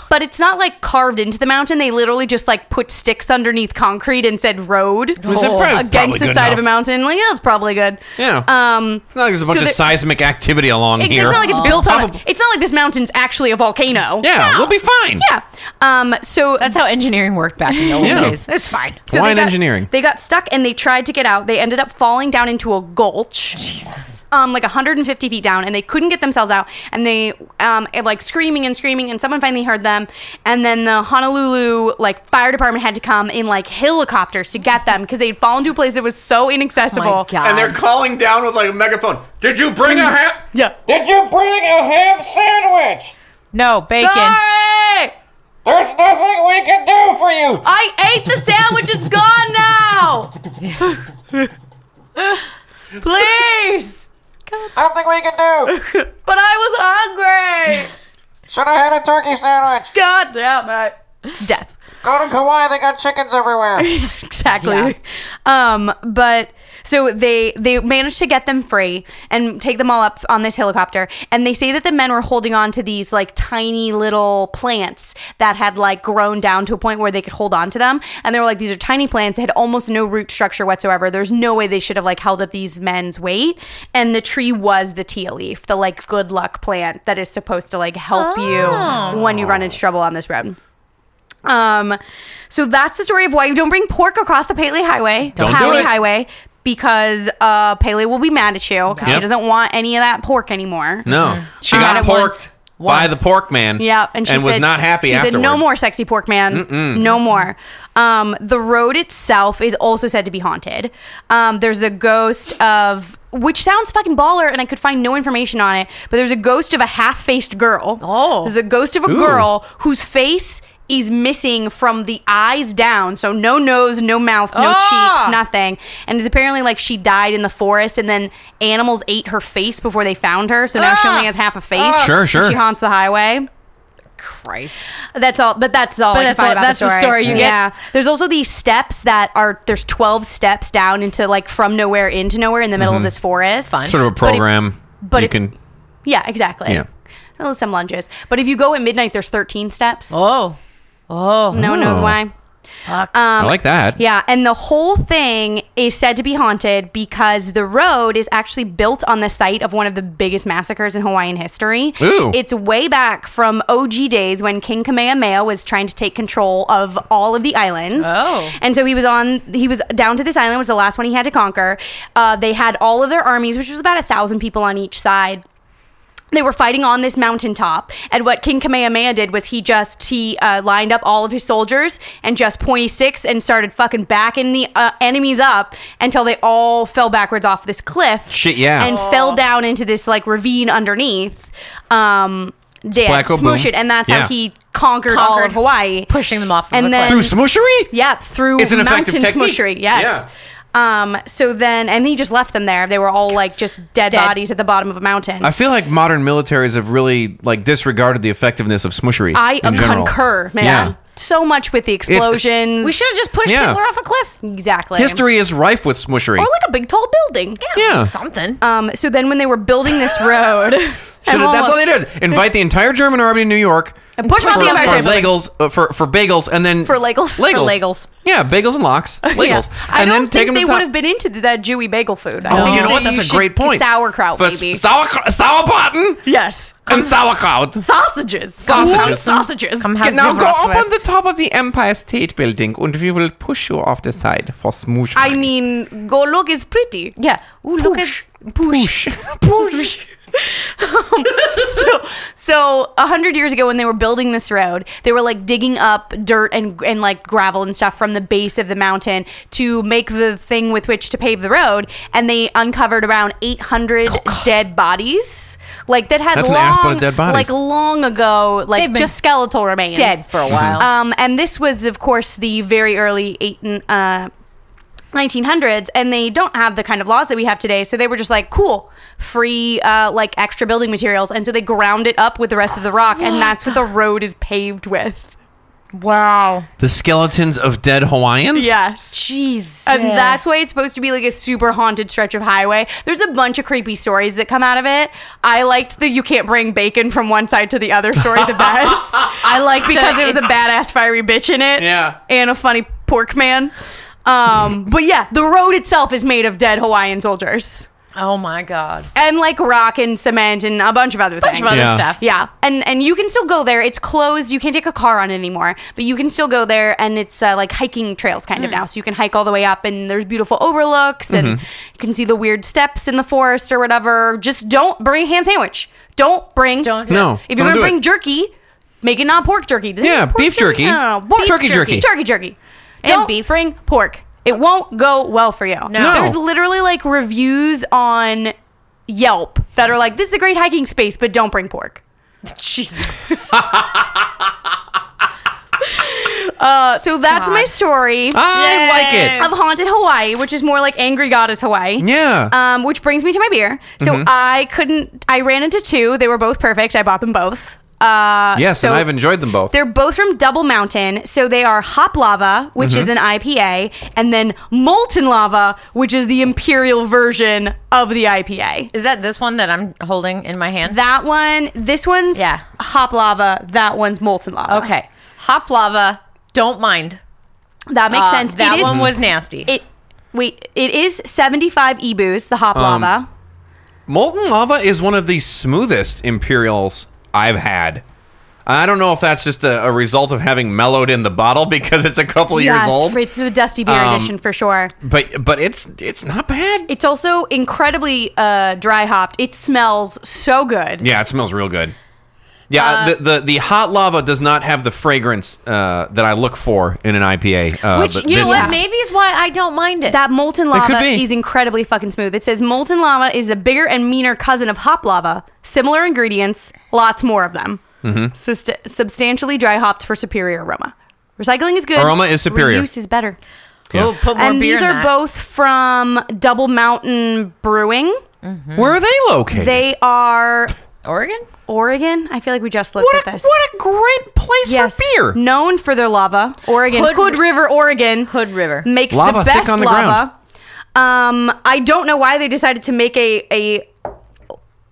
but it's not like carved into the mountain. They literally just like put sticks underneath concrete and said "road" Was it prob- against probably the good side of enough. a mountain. Like yeah, that's probably good. Yeah. Um. It's not like there's a bunch so of the- seismic activity along It's, here. it's not like it's built on. probably- It's not like this mountain's actually a volcano. yeah, No. we'll be fine. Yeah. Um. So That's how engineering worked back in the old Yeah. days. It's fine. Oh So Wine they got, engineering. They got stuck and they tried to get out. They ended up falling down into a gulch. Jesus. Um, like 150 feet down, and they couldn't get themselves out. And they, um, and, like screaming and screaming, and someone finally heard them. And then the Honolulu like fire department had to come in like helicopters to get them because they'd fallen to a place that was so inaccessible. my God. And they're calling down with like a megaphone. Did you bring a ham? Yeah. Did you bring a ham sandwich? No, bacon. Sorry, There's nothing we can do for you. I ate the sandwich. It's gone now. Please, Nothing we can do. but I was hungry. Should have had a turkey sandwich. God damn it. Death. Go to Kauai. They got chickens everywhere. Exactly. Um, but So they they managed to get them free and take them all up on this helicopter. And they say that the men were holding on to these like tiny little plants that had like grown down to a point where they could hold on to them. And they were like, these are tiny plants. They had almost no root structure whatsoever. There's no way they should have like held up these men's weight. And the tree was the tea leaf, the like good luck plant that is supposed to like help you when you run into trouble on this road. Um, so that's the story of why you don't bring pork across the Paley Highway, Don't do Paley it. Highway, because uh, Paley will be mad at you because Yep. she doesn't want any of that pork anymore. No, she Mm-hmm. I got had it porked by the pork man. Yeah, and she was said- not happy. She afterward. said, "No more sexy pork man, no more." Um, the road itself is also said to be haunted. Um, there's a ghost of, which sounds fucking baller, and I could find no information on it. But there's a ghost of a half-faced girl. Oh. there's a ghost of a Ooh. girl whose face is missing from the eyes down, so no nose, no mouth, no Ah. cheeks, nothing. And it's apparently like she died in the forest, and then animals ate her face before they found her. So now she Ah. only has half a face. Sure, And sure. She haunts the highway. Christ. That's all, but that's all. But I can that's find all- about that's the the story. story you get. yeah. There's also these steps that are there's 12 steps down into like from nowhere into nowhere in the Mm-hmm. middle of this forest. Fun. Sort of a if- program. but you if- can. Yeah, exactly. Yeah. Well, Some lunges, but if you go at midnight, there's 13 steps. Oh. Oh. No one knows Oh. why. Fuck. I like that. um, Yeah, and the whole thing is said to be haunted because the road is actually built on the site of one of the biggest massacres in Hawaiian history. Ooh. It's way back from OG days when King Kamehameha was trying to take control of all of the islands. Oh. And so he was on he was down to this island was the last one he had to conquer. Uh, they had all of their armies, which was about a thousand people on each side they were fighting on this mountaintop and what king kamehameha did was he just he uh, lined up all of his soldiers and just pointy sticks and started fucking backing the uh, enemies up until they all fell backwards off this cliff Shit, yeah. and Aw. fell down into this like ravine underneath um damn, Splacko oh, boom. smoosh it and that's Yeah. how he conquered, all Conquered. of hawaii Pushing them off of and the then cliff. Through smooshery? Yep, through It's an effective mountain technique. smooshery. Yes. Yeah. Um, so then, and he just left them there. They were all like just Dead. dead, bodies at the bottom of a mountain. I feel like modern militaries have really like disregarded the effectiveness of smooshery. I in general. concur, man. Yeah. So much with the explosions. we should have just pushed Yeah. Hitler off a cliff. exactly History is rife with smooshery. or like a big tall building. Yeah. Something. Um. So then, when they were building this road, Should've- that's all they did. Invite the entire German army to New York. And push for, them off the Empire for State Building. bagels, uh, for for bagels, and then For Legos. For Legos. Legos. Yeah, bagels and locks. Legos. Yeah. I and don't then think take them they to the would top. have been into the- that Jewy bagel food. I Oh, think you know that what? That's a should- great point. Sauerkraut, For s- maybe. sauerkraut, sauerbraten, yes. and sauerkraut. Sausages. Sausages. Sausages. Sausages. Come have Get- Now Zebra go up on West. the top of the Empire State Building, and we will push you off the side for smoosh. I mean, go look is pretty. Yeah. Ooh, look at Push. push. Um, so so a hundred years ago when they were building this road they were like digging up dirt and and like gravel and stuff from the base of the mountain to make the thing with which to pave the road and they uncovered around 800 dead bodies like that had Oh, That's an long ass butt of dead bodies. like long ago like They've been just skeletal remains Dead for a while. um, and this was, of course, the very early eight and, uh, 1900s, and they don't have the kind of laws that we have today. So they were just like, cool, free, uh, like extra building materials. And so they ground it up with the rest of the rock, and that's what the road is paved with. wow. The skeletons of dead Hawaiians. Yes. Jeez. And that's why it's supposed to be like a super haunted stretch of highway. There's a bunch of creepy stories that come out of it. I liked the you can't bring bacon from one side to the other story the best. I like because the- it was a it's- badass fiery bitch in it. Yeah. And a funny pork man. Um, but yeah, the road itself is made of dead Hawaiian soldiers Oh my god. and like rock and cement and a bunch of other bunch things. of other Yeah. stuff. yeah, and and you can still go there. It's closed. You can't take a car on it anymore, but you can still go there, and it's uh, like hiking trails kind Hmm. of now. So you can hike all the way up, and there's beautiful overlooks, and Mm-hmm. you can see the weird steps in the forest or whatever. Just don't bring a ham sandwich. Don't bring Don't do No. it. if you're Don't gonna do bring it. jerky, make it not pork jerky. Did they Yeah, make pork beef jerky. No, no, no, pork- Turkey jerky. Turkey jerky. And Don't beef. Bring pork. It won't go well for you. No. There's literally like reviews on Yelp that are like, this is a great hiking space, but don't bring pork. Jesus. Uh, so that's God. my story I Yay. like of Haunted Hawaii, which is more like Angry Goddess Hawaii. it. Yeah. Mm-hmm. Um, which brings me to my beer. So I couldn't. I ran into two. They were both perfect. I bought them both. Uh, Yes, so and I've enjoyed them both. They're both from Double Mountain, so they are Hop Lava, which Mm-hmm. is an IPA, and then Molten Lava, which is the imperial version of the IPA. Is that this one that I'm holding in my hand? That one, this one's Yeah. Hop Lava. That one's Molten Lava. okay. Hop lava. Don't mind. that makes Uh, sense. That it is, one was nasty. it. Wait, it is seventy-five Ebus, the Hop Um, Lava. Molten lava is one of the smoothest imperials I've had. I don't know if that's just a, a result of having mellowed in the bottle because it's a couple years old, it's a dusty beer Um, edition for sure. but but it's it's not bad. It's also incredibly uh, dry hopped. It smells so good. Yeah, it smells real good. Yeah, Uh, the, the the hot lava does not have the fragrance uh, that I look for in an IPA. Uh, Which but you know this what? is- Maybe is why I don't mind it. That molten could lava be. is incredibly fucking smooth. It says molten lava is the bigger and meaner cousin of hop lava. Similar ingredients, lots more of them. Mm-hmm. Sust- substantially dry hopped for superior aroma. Recycling is good. Aroma is superior. Reuse is better. oh, put more and beer these in are that. both from Double Mountain Brewing. where are they located? They are Oregon. Oregon. I feel like we just looked what a, at this. what a great place yes, for beer. known for their lava. Oregon Hood- Hood, River, Oregon. Hood River. makes Lava the thick best on the ground. lava. Um, I don't know why they decided to make a a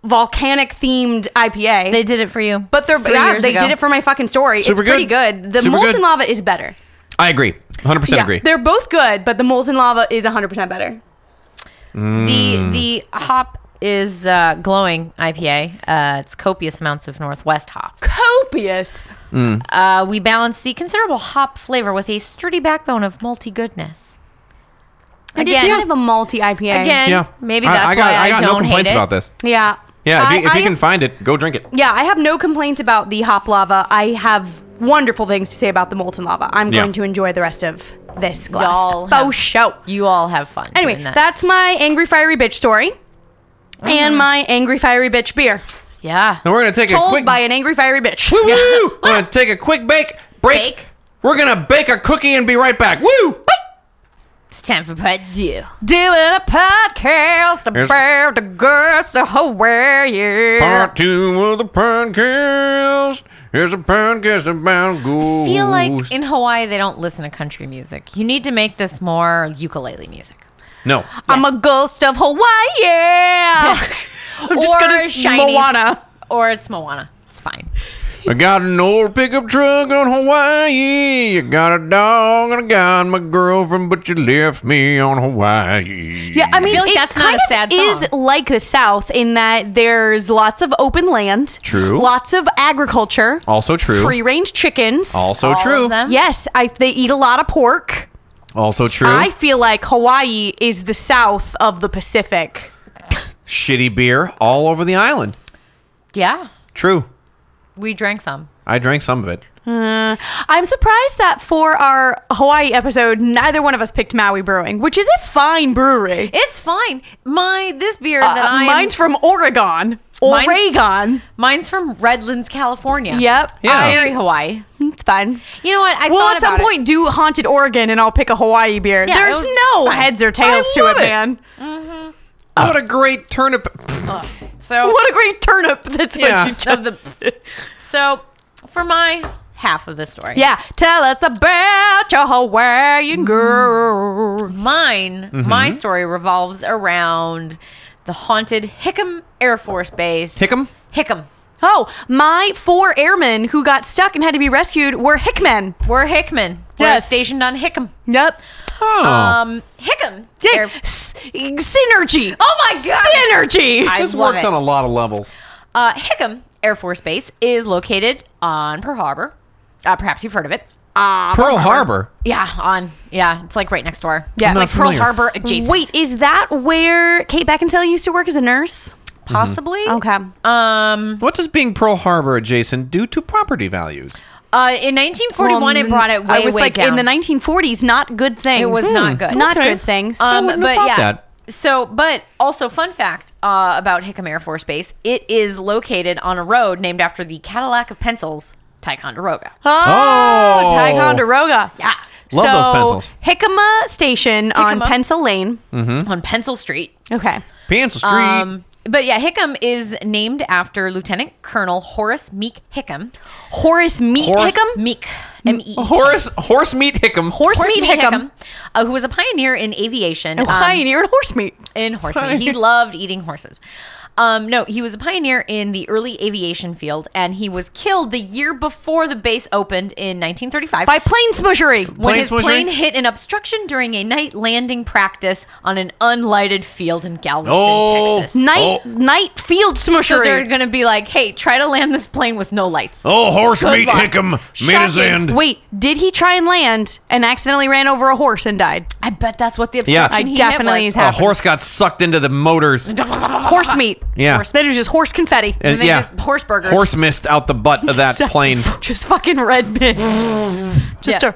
volcanic themed IPA. They did it for you. but they're three yeah, years they ago. did it for my fucking story. Super it's pretty good. good. The Super molten good. lava is better. I agree, hundred percent agree. they're both good, but the molten lava is 100% better. Hmm. The the hop is uh, glowing IPA. Uh, it's copious amounts of Northwest hops. Copious. Uh, we balance the considerable hop flavor with a sturdy backbone of malty goodness. It is Again- kind of a malty IPA. Again, yeah, maybe I- that's I, got, why I, got don't no complaints hate it. about this. Yeah. Yeah, if, you, I- if I you can have- find it, go drink it. Yeah, I have no complaints about the hop lava. I have wonderful things to say about the molten lava. I'm Yeah. going to enjoy the rest of this glass. Y'all Faux have- show. You all have fun. Anyway, doing that. that's my angry fiery bitch story. Mm. And my angry fiery bitch beer, yeah. And we're gonna take a told quick by an angry fiery bitch. Woo! We're gonna take a quick bake break. Bake. We're gonna bake a cookie and be right back. Woo! It's time for part two. Doing a Here's- podcast about the girls, so how are you? Part two of the podcast. Here's a podcast about ghosts. Feel like in Hawaii they don't listen to country music. You need to make this more ukulele music. no. I'm a ghost of Hawaii. I'm just Or gonna shiny. Moana. Or it's Moana. It's fine. I got an old pickup truck on Hawaii. I got a dog and I got my girlfriend, but you left me on Hawaii. Yeah, I mean, feel like it that's not kind a sad of song. is like the South in that there's lots of open land, True. lots of agriculture, Also true. free range chickens. also All true. of them? Yes, I, they eat a lot of pork. Also true. I feel like Hawaii is the south of the Pacific. Shitty beer all over the island. Yeah. True. We drank some. I drank some of it. I'm surprised that for our Hawaii episode, neither one of us picked Maui Brewing, which is a fine brewery. It's fine. My this beer Uh, that I mine's from Oregon. Mine's- Oregon. mine's from Redlands, California. Yep. Yeah. I- Very Hawaii. it's fine. You know what? I Well, thought at some about it. point, do Haunted Oregon and I'll pick a Hawaii beer. Yeah, There's it'll- no it's fine. heads or tails I to love it, it. man. What a great turnip. So What a great turnip. That's what Yeah. you just said. so for my half of the story. Yeah. Tell us about your Mm. Hawaiian girl. Mine, Mm-hmm. my story revolves around the haunted Hickam Air Force Base. Hickam? Hickam. Oh, my four airmen who got stuck and had to be rescued were Hickmen. We're Hickman. We're Yes. stationed on Hickam. Yep. Oh. Um, Hickam. Yeah. Air- S- synergy. Oh my God. Synergy. I this love works it. on a lot of levels. Uh, Hickam Air Force Base is located on Pearl Harbor. Uh, perhaps you've heard of it. Pearl Harbor. Yeah, on. Yeah, it's like right next door. Yeah. it's I'm not like familiar. Pearl Harbor adjacent. Wait, is that where Kate Beckinsale used to work as a nurse? possibly. Mm-hmm. Okay. Um. What does being Pearl Harbor adjacent do to property values? Uh. In 1941, it brought it way I was way like down. in the 1940s, not good things. Hmm. It was not good. Not Okay. good things. Um, wouldn't but have thought yeah. that. So, but also, fun fact uh, about Hickam Air Force Base: it is located on a road named after the Cadillac of pencils, Ticonderoga. Ah, Oh, Oh. Ticonderoga. Yeah, Love those pencils. Hmm. Hickama Station on Hickama. Pencil Lane. on Pencil Street. Okay. Pencil Street. Um, But yeah, Hickam is named after Lieutenant Colonel Horace Meek Hickam. Horace Meat Horace- Hickam? Meek. M E E. Horse horse meat hickam. Horse Horace Meek Meat Hickam, Hickam. uh, who was a pioneer in aviation. um, Pioneer in horse meat. in horse meat. He loved eating horses. Um, no, he was a pioneer in the early aviation field, and he was killed the year before the base opened in 1935 By plane smushery. when Plane his smushery? plane hit an obstruction during a night landing practice on an unlighted field in Galveston, Oh. Texas. Night Oh. night field So they're smushery. going to be like, "Hey, try to land this plane with no lights." Oh, horse Good luck. his Shocking. Wait, did he try and land and accidentally ran over a horse and died? I bet that's what the Yeah. obstruction I he definitely hit was. have- A horse got sucked into the motors. And, Horse meat. Yeah. Horse, that is just horse confetti. And they yeah, just- horse burgers. Horse mist out the butt of that So- plane. Just fucking red mist. just Yeah.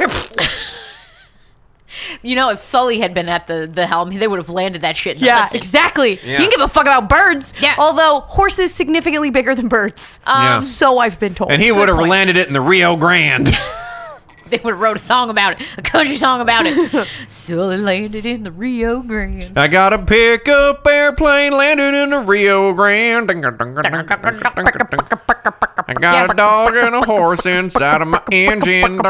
a You know, if Sully had been at the, the helm, they would have landed that shit. In the Yeah, Hudson. exactly. You Yeah. can give a fuck about birds. Yeah. Um, Although horses significantly bigger than birds. Yeah. So I've been told. And he good would have point. landed it in the Rio Grande. They would have wrote a song about it, a country song about it. Sully landed in the Rio Grande. I got a pickup airplane landed in the Rio Grande. I got a dog and a horse inside of my engine.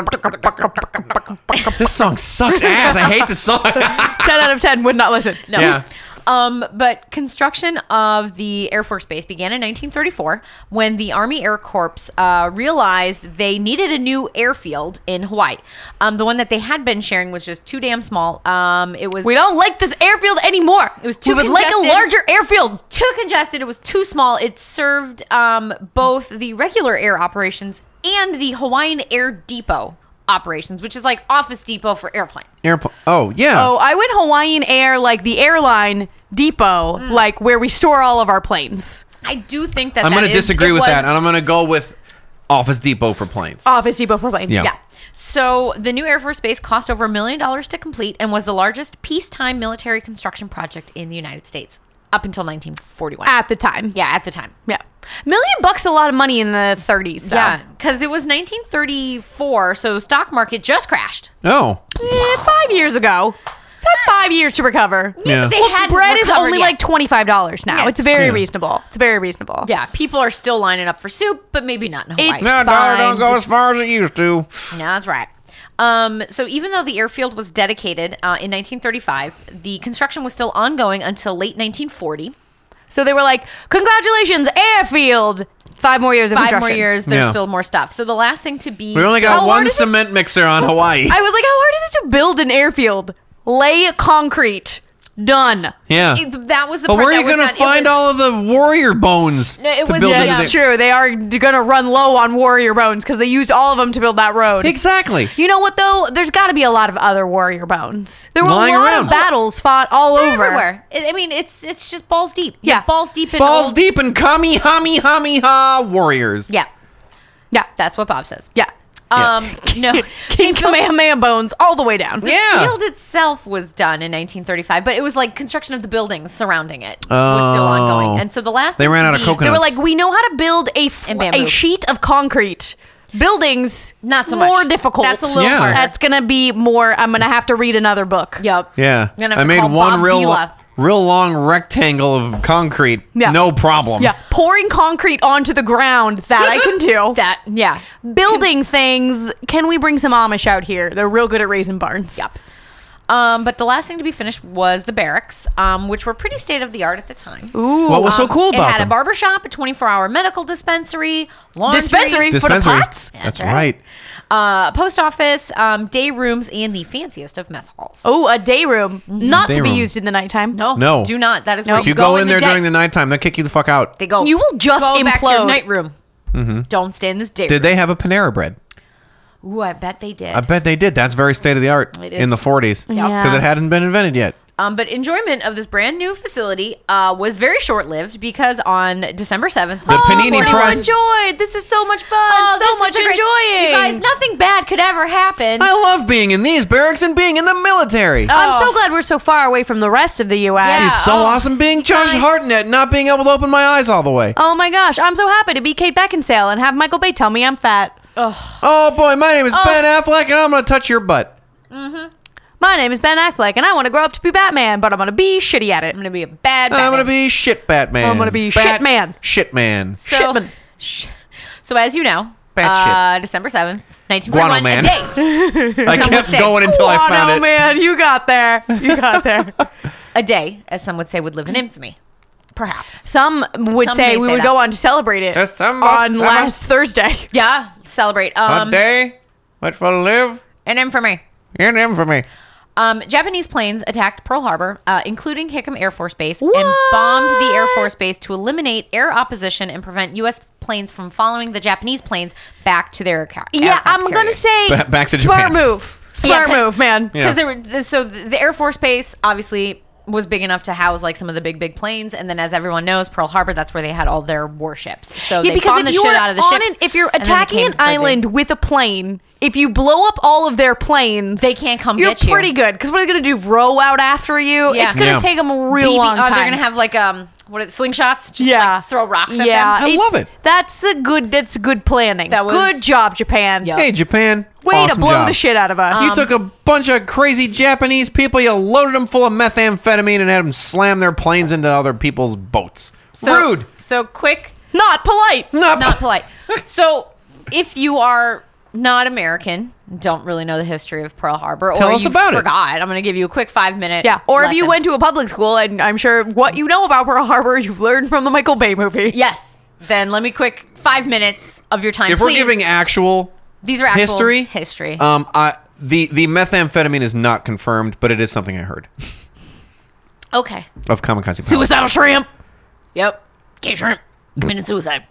this song sucks ass. I hate this song. 10 out of 10 would not listen. No. Yeah. Um, but construction of the Air Force Base began in 1934 when the Army Air Corps uh, realized they needed a new airfield in Hawaii. Um, the one that they had been sharing was just too damn small. Um, it was We don't like this airfield anymore. It was too We would like congested. a larger airfield. too congested. It was too small. It served um, both the regular air operations and the Hawaiian Air Depot operations, which is like Office Depot for airplanes. Airplane. Oh, yeah. Oh, I went Hawaiian Air, like the airline depot, Mm. like where we store all of our planes. I do think that I'm that going to is- disagree it with was- that. And I'm going to go with Office Depot for planes. Office depot for planes. Yeah. Yeah. So the new Air Force Base cost over a million dollars to complete and was the largest peacetime military construction project in the United States up until 1941. At the time. yeah, at the time. Yeah. Million bucks a lot of money in the 30s, though. Yeah, because Um, it was 1934, so stock market just crashed. Oh. Eh, five years ago. Had five years to recover. Yeah. They Well, had bread is only like Tw- twenty five dollars now. Yeah. It's very Yeah. reasonable. It's very reasonable. yeah, people are still lining up for soup, but maybe not in Hawaii. It's- No, dollar don't fine. go as far as it used to. No, that's right. Um, so even though the airfield was dedicated uh, in 1935, the construction was still ongoing until late 1940. So they were like, "Congratulations, airfield! Five more years of Five more construction." years, there's Yeah. still more stuff. So the last thing to be We only How got hard one is it- cement mixer on Hawaii. I was like, "How hard is it to build an airfield? Lay concrete, done." yeah. It- that was the But part where are that you was going to not- it find was- all of the warrior bones? No, it to was- build yeah, into That's the- true. They are going to run low on warrior bones because they used all of them to build that road. Exactly. You know what though? There's got to be a lot of other warrior bones. There were Lying a lot around. of battles fought all They're over. everywhere. I I mean, it's it's just balls deep. Yeah. You're balls deep in Balls old- deep in kami hami hami ha warriors. Yeah, Yeah, that's what Bob says. yeah. Yeah. Um, no, King Kamehameha bones all the way down. Yeah. field itself was done in 1935, but it was like construction of the buildings surrounding it was still ongoing. Oh. And so the last They thing ran to out of be- coconut. They were Nuts. like, we know how to build a f- And bamboo. a sheet of concrete. Buildings, Not so much. more difficult. That's a little Yeah. harder. That's gonna be more. I'm gonna have to read another book. Yep. Yeah. I'm gonna have I to made call one Bob real Vila. real long rectangle of concrete. Yeah. No problem. Yeah, pouring concrete onto the ground that I can do. That yeah. Building things. Can we bring some Amish out here? They're real good at raising barns. Yep. Um, but the last thing to be finished was the barracks, um, which were pretty state of the art at the time. Ooh, What was so cool um, it about had a them? barber shop, a 24-hour medical dispensary, laundry, dispensary for the Dispensary. pots. That's, That's right. right. uh, post office, um, day rooms, and the fanciest of mess halls. Oh, a day room, Mm-hmm. not Day to be room. used in the nighttime. No, Oh, No. do not. That is No. where If you, You go, in there day. during the nighttime, they'll kick you the fuck out. They go. You will just go back to your implode. night room. Don't stay in this day. Mm-hmm. Did they have a Panera bread? room. Ooh, I bet they did. I bet they did. That's very state of the art It in is. the 40s because Yeah. it hadn't been invented yet. Um, but enjoyment of this brand new facility uh, was very short lived because on December seventh, The Panini so Press- Oh, enjoyed. This Oh, is so much fun. so much you enjoying. guys. Nothing bad could ever happen. I love being in these barracks and being in the military. I'm Oh. so glad we're so far away from the rest of the U.S. Yeah. it's so oh, awesome being Josh guys. Hartnett, not being able to open my eyes all the way. Oh my gosh, I'm so happy to be Kate Beckinsale and have Michael Bay tell me I'm fat. Oh. Oh boy, my name is Ben Affleck, and I'm gonna touch your butt. My name is Ben Affleck, and I want to grow up to be Batman, but I'm gonna be shitty at it. I'm gonna be a bad. I'm Batman. gonna be shit Batman. I'm gonna be shit man. Shit man. so, Shitman. sh- so as you know, Bad uh, December seventh, nineteen Guano forty-one, a man. day, I some kept would say- going until I found oh it. no, man, you got there. You got there. a day, as some would say, would live in infamy, perhaps. Some would Some may say we say would that. go on to celebrate it December on seventh. last Thursday. Yeah, celebrate. A Um, day which will live an infamy. in infamy. Um, Japanese planes attacked Pearl Harbor, uh, including Hickam Air Force Base, and bombed the Air Force Base to eliminate air opposition and prevent U.S. planes from following the Japanese planes back to their aircraft. Yeah, I'm gonna say Ba- back to Japan. smart move. Smart move, man. Because they were so the Air Force Base obviously was big enough to house like some of the big big planes, and then as everyone knows, Pearl Harbor that's where they had all their warships. So Yeah, they because bombed if the shit you're out of the on ships. an, if you're and then they attacking came an for the- island with a plane, if you blow up all of their planes, They can't come You're get you. pretty good because what are they gonna do? Row out after you? Yeah. It's gonna Yeah. take them a real BB long oh, time. they're gonna have like um what are, slingshots? Just, yeah, like, throw rocks. At Yeah, them. I love it's- it. That's the good. That's good planning. That was- good job, Japan. Yeah. Hey Japan. Uh, Way awesome to blow job. the shit out of us. Uh-huh. Um, You took a bunch of crazy Japanese people, you loaded them full of methamphetamine and had them slam their planes into other people's boats. So- Rude. So quick, Not polite. Not, not polite. so if you are not American, don't really know the history of Pearl Harbor, Tell or us you about it. forgot, I'm gonna give you a quick five minute. Yeah, or if you lesson. went to a public school, and I'm sure what you know about Pearl Harbor, you've learned from the Michael Bay movie. Yes. Then let me quick five minutes of your time. if we're please. giving actual these are actual history, history. Um, I the the methamphetamine is not confirmed, but it is something I heard okay. of kamikaze. Suicide. Suicidal shrimp. Yep. Gay shrimp. Committed suicide.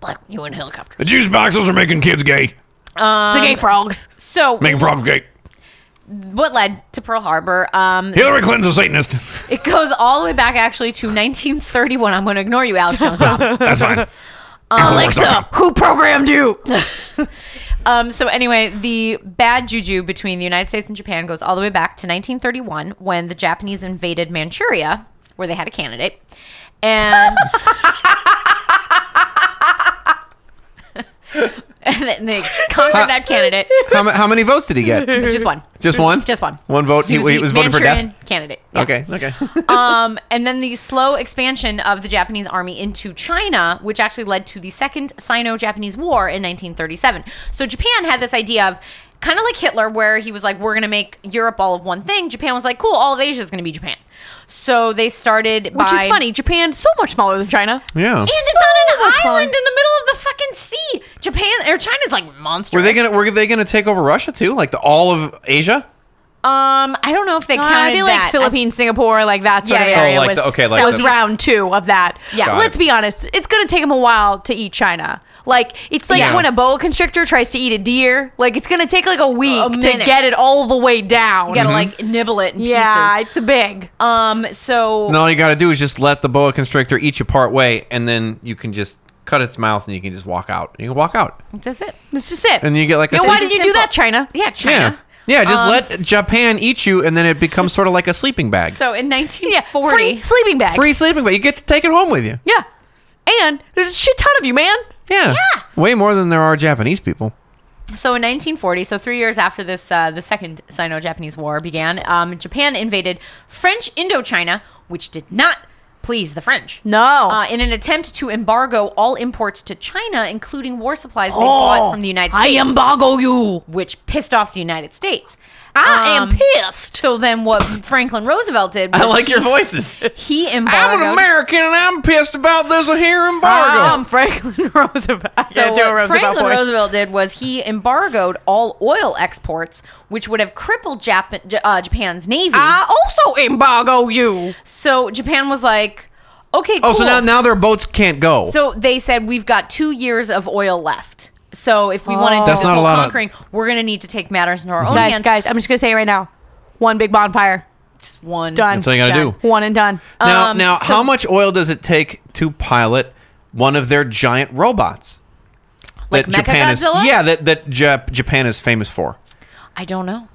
Black you in a helicopter. The juice boxes are making kids gay. the gay frogs. So Making frogs gay. what led to Pearl Harbor? Um, Hillary Clinton's a Satanist. it goes all the way back actually to 1931. I'm going to ignore you, Alex Jones. Bob. That's fine. uh, Alexa, who programmed you? um, so anyway, the bad juju between the United States and Japan goes all the way back to 1931 when the Japanese invaded Manchuria, where they had a candidate, and. and then they conquered that candidate. How, ma- how many votes did he get? Just one. Just one. Just one. One vote. He, he was, the voted for Manchurian death. Candidate. Yeah. Okay. Okay. um, and then the slow expansion of the Japanese army into China, which actually led to the Second Sino-Japanese War in 1937. So Japan had this idea of kind of like Hitler, where he was like, "We're going to make Europe all of one thing." Japan was like, "Cool, all of Asia is going to be Japan." So they started, Which is by- funny. Japan's so much smaller than China. yeah. And it's on an much smaller. island in the middle of the fucking sea. Japan or China's like monster. Were they gonna Were they gonna take over Russia too? Like the all of Asia? Um, I don't know if they Uh, counted I feel that. like I- Philippines, Singapore, like that sort Yeah, of yeah. area Oh, like was, the- okay, like was the- round two of that. Yeah, Got let's it. be honest, it's gonna take them a while to eat China. Like it's like Yeah. when a boa constrictor tries to eat a deer. Like it's gonna take like a week to minute. get it all the way down. You Mm-hmm. gotta like nibble it in yeah, pieces. it's a big. Um, so No, all you gotta do is just let the boa constrictor eat you part way, and then you can just cut its mouth, and you can just walk out. You can walk out, that's it. It's just it. and you get like Yeah, a This why did is you do simple. that, China? Yeah, yeah, China. yeah. Just Um, let Japan eat you, and then it becomes sort of like a sleeping bag, So in Yeah, 1940, free sleeping bags. free sleeping bag. You get to take it home with you. Yeah, and there's a shit ton of you, man. Yeah. Yeah. Way more than there are Japanese people. so in 1940, so three years after this, uh, the second Sino-Japanese War began, um, Japan invaded French Indochina, which did not please the French. No. Uh, in an attempt to embargo all imports to China, including war supplies they bought from the United States, Oh, I embargo you. which pissed off the United States. I Um, am pissed. So then, what Franklin Roosevelt did? Was he, voices. He I'm embargoed. an American and I'm pissed about this here embargo. I'm Franklin Roosevelt. I So gotta do a what Roosevelt Franklin voice. Roosevelt did was he embargoed all oil exports, which would have crippled Jap- J- uh, Japan's navy. Ah! also embargo you. so Japan was like, "Okay, cool." oh, so now, now their boats can't go. So they said we've got two years of oil left. So if we want Oh. to do That's this not a whole lot of- conquering, we're going to need to take matters into our own Guys, hands. guys, I'm just gonna say it right now. One big bonfire. Just one Done. That's all you gotta done. do. One and done. now, um, now so- how much oil does it take to pilot one of their giant robots? Like Japan is Mechagodzilla? yeah that that Jap- Japan is famous for. I don't know.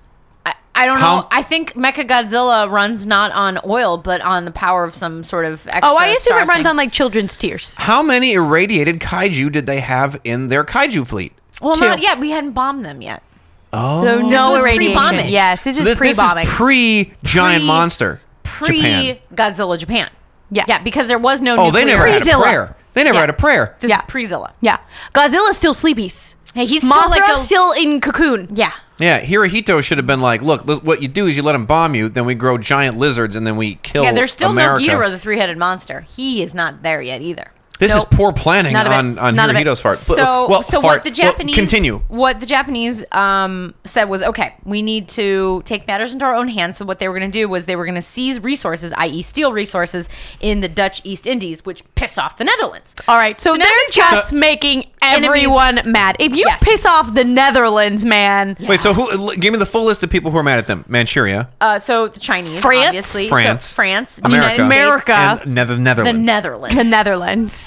I, I don't How- know. I think Mechagodzilla runs not on oil, but on the power of some sort of extra. Oh, I assume star it runs thing. on like children's tears. How many irradiated kaiju did they have in their kaiju fleet? Well, two. not yet. We hadn't bombed them yet. Oh, so no was irradiation. pre-bombing. Yes, this is This, this pre-bombing. is pre giant Pre- monster. pre Japan. Godzilla Japan. Yes. Yeah, because there was no Oh, they nuclear- never had a Pre-Zilla. prayer. They never Yeah. had a prayer. This Yeah. is pre-Zilla. yeah, Godzilla's still sleepies. Hey, he's Mothra still like a still in cocoon. Yeah. Yeah, Hirohito should have been like, look, li- what you do is you let him bomb you, then we grow giant lizards, and then we kill. Yeah, there's still Oh, America. no Ghidorah, the three-headed monster. He is not there yet either. This Nope. is poor planning None of it. on on None of it. Hirohito's part. But- uh, So, well, so fart. what the Well, Japanese continue. What the Japanese um, said was, okay, we need to take matters into our own hands. So what they were going to do was they were going to seize resources, i.e., steel resources, in the Dutch East Indies, which pissed off the Netherlands. All right, so, now they're we've got- just making everyone mad. If you Yes. piss off the Netherlands, man, Wait, so who? l- Give me the full list of people who are mad at them. Manchuria, Uh, so the Chinese, France? obviously, So France, France, the America, United States, America. and Nether- the Netherlands. Netherlands, the Netherlands,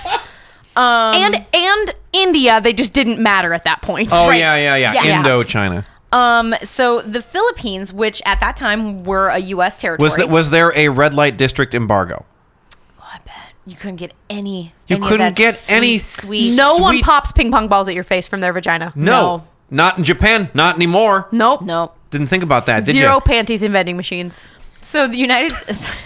and and India, they just didn't matter at that point. Oh yeah, yeah, yeah. Yeah. Indochina Um, so the Philippines, which at that time were a U.S. territory, was that? Was there a red light district embargo? Oh, you couldn't get any. You any of couldn't that get sweet, any sweet. No one Sweet- pops ping pong balls at your face from their vagina. No, No. not in Japan. Not anymore. Nope. no. Didn't think about that. Did Zero you? panties in vending machines. So the United.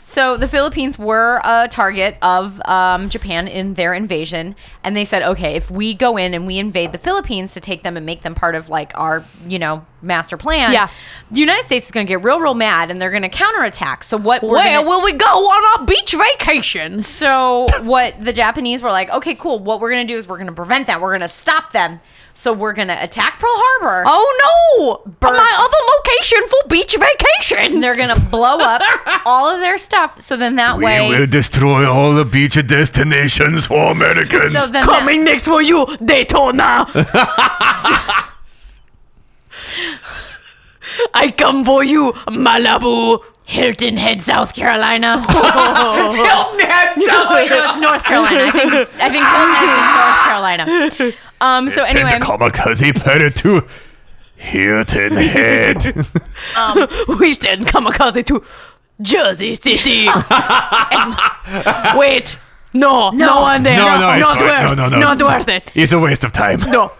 So the Philippines were a target of um, Japan in their invasion, and they said, "Okay, if we go in and we invade the Philippines to take them and make them part of like our, you know, master plan, Yeah. the United States is going to get real, real mad, and they're going to counterattack." So what? we're gonna- we go on our beach vacations? So what the Japanese were like, okay, cool. What we're gonna do is we're gonna prevent that. We're gonna stop them. So we're gonna attack Pearl Harbor. Oh no! My other location for beach vacations. They're gonna blow up all of their stuff. So then that way, destroy all the beach destinations for Americans. so then coming next for you, Daytona. I come for you, Malibu. Hilton Head, South Carolina. Hilton Head, South. Wait, no, it's North Carolina. I think it's, I think Hilton Head's in North Carolina. Um. So anyway, kamikaze pirate to Hilton Head. We send kamikaze to Jersey City. Wait, no, no, one there. No, no, it's not fine. worth, No, no, no. not worth it. it's a waste of time. No,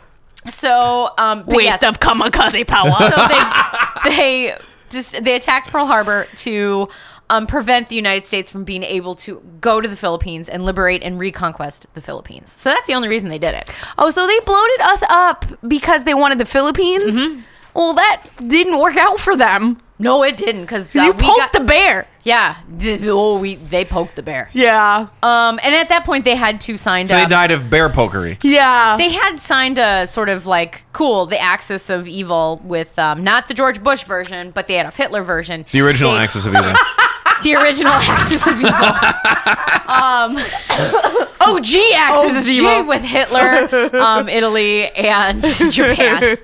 so um. but yes. waste of kamikaze power. so they they just they attacked Pearl Harbor to um, prevent the United States from being able to go to the Philippines and liberate and reconquest the Philippines. So that's the only reason they did it. oh, so they bloated us up because they wanted the Philippines. Well, that didn't work out for them. No, it didn't because you poked the bear. yeah. th- oh, we they poked the bear. Yeah, Um, and at that point they had two signed So up. they died of bear pokery. yeah. They had signed a sort of like cool the Axis of Evil with um, not the George Bush version, but they had a Hitler version. The original They- axis of evil. The original Axis of Evil. Um, oh, G axis Oh, is gee, evil. with Hitler, um, Italy, and Japan.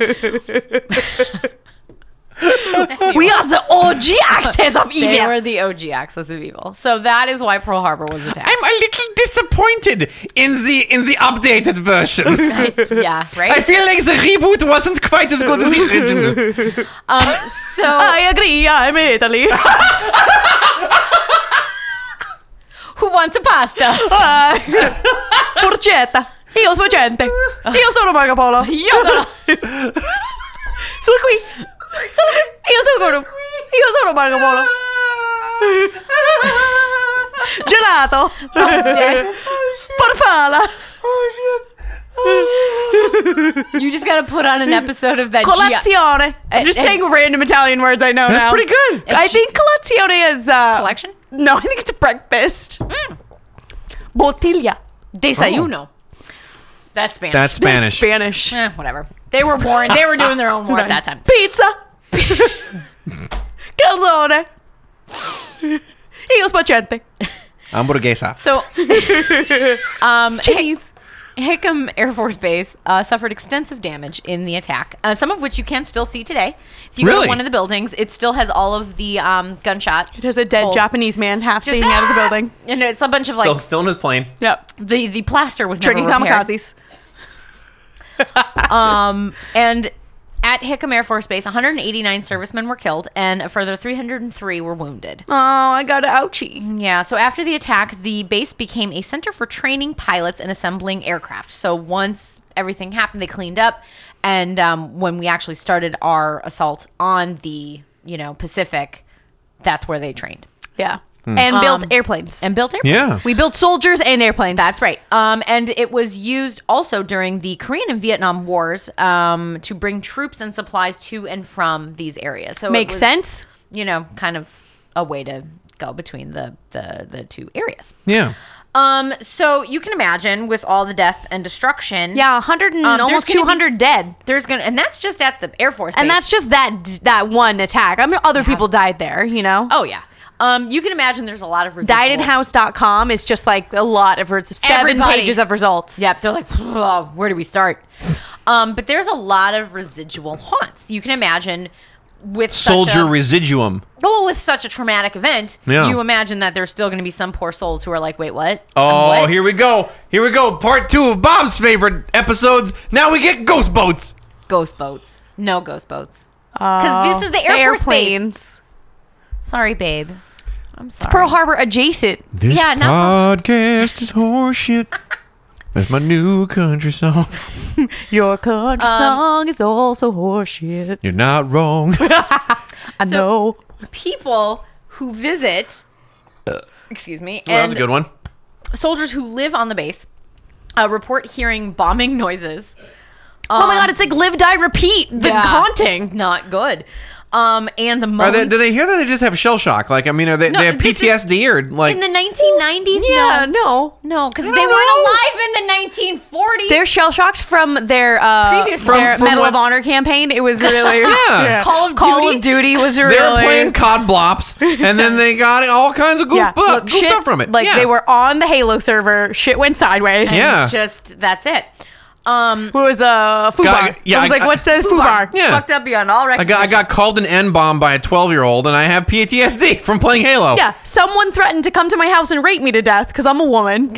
We are the OG axis of They evil. were the OG axis of evil. So that is why Pearl Harbor was attacked. I'm a little disappointed in the in the updated version. yeah, right. feel like the reboot wasn't quite as good as the original. Um, so, I agree. I'm Italy. who wants a pasta? Porcetta. Io sono gente. Io sono Marco Polo. Io no. Sono qui. Sono qui. Io sono Guru. Io sono Marco Polo. Gelato. Farfalla. You just gotta put on an episode of that. G- Colazione. I'm just Eh, eh. saying random Italian words I know now. pretty good. I think colazione is uh, Collection? Mm. No, I think it's breakfast. Bottiglia. desayuno. That's Spanish. Oh. That's Spanish. Spanish. Eh, whatever. They were born. They were doing their own war at that time. Pizza. Calzone. Io spacciante. Hamburguesa. So, um, Hick- Hickam Air Force Base uh, suffered extensive damage in the attack, uh, some of which you can still see today. If you go Really? to one of the buildings, it still has all of the um, gunshot. It has a dead holes. Japanese man half Just, sitting out of the "Ah!" building. And it's a bunch of Still, like still in his plane. Yep. the the plaster was Drinking never repaired. kamikazes. And at Hickam Air Force Base, 189 servicemen were killed, and a further 303 were wounded. Oh, I got an ouchie. Yeah, so after the attack, the base became a center for training pilots and assembling aircraft. So once everything happened, they cleaned up And um, when we actually started our assault on the you know Pacific, that's where they trained Yeah. And built Um, airplanes. and built airplanes. Yeah. we built soldiers and airplanes. That's right. Um, and it was used also during the Korean and Vietnam Wars um, to bring troops and supplies to and from these areas. So it Makes was, sense. You know, kind of a way to go between the the, the two areas. yeah. Um, so you can imagine with all the death and destruction. Yeah, 100 Um, and there's almost gonna be- 200 dead. There's gonna, and that's just at the Air Force, And Base. that's just that that one attack. I mean, other people died there, you know? oh yeah. Um, you can imagine there's a lot of resistance. Diedinhouse.com is just like a lot of results, seven Everybody- pages of results. Yep, they're like, "Ugh, where do we start? Um, but there's a lot of residual haunts. You can imagine with such Soldier a, residuum. well, with such a traumatic event, Yeah. you imagine that there's still going to be some poor souls who are like, wait, what? Oh, What? here we go. Here we go. Part two of Bob's favorite episodes. Now we get ghost boats. ghost boats. No ghost boats. Because this is the Air Force Base. airplanes. Sorry, babe. I'm sorry. Pearl Harbor adjacent. This Yeah, no. podcast is horseshit. That's my new country song. Your country Um, song is also horseshit. You're not wrong. I know. People who visit, excuse me, Uh, that was a and good one. soldiers who live on the base uh, report hearing bombing noises. oh my god, it's like live, die, repeat. The um, Yeah, haunting. it's not good. Um, and the Are moans. they, do they hear that they just have shell shock? Like, I mean, are they, No, they have this is- PTSD or like? in the 1990s? no, yeah, no. no, because they weren't don't alive in the 1940s. They're shell shocked from their uh, Previous from, one. their From- from Medal what- of Honor campaign. It was really Call of Call Duty? of Duty was they really were playing cod blops, and then they got all kinds of goof, yeah, bu- look, goofed shit, up from it. Like Yeah. they were on the Halo server. Shit went sideways. Yeah. It's just that's it. Um, What was uh, Fubar? Guy- yeah, I was I- like, what's the Fubar? Yeah. fucked up beyond all I got, I recognition. got called an N bomb by a 12 year old, and I have PTSD from playing Halo. Yeah, someone threatened to come to my house and rape me to death because I'm a woman,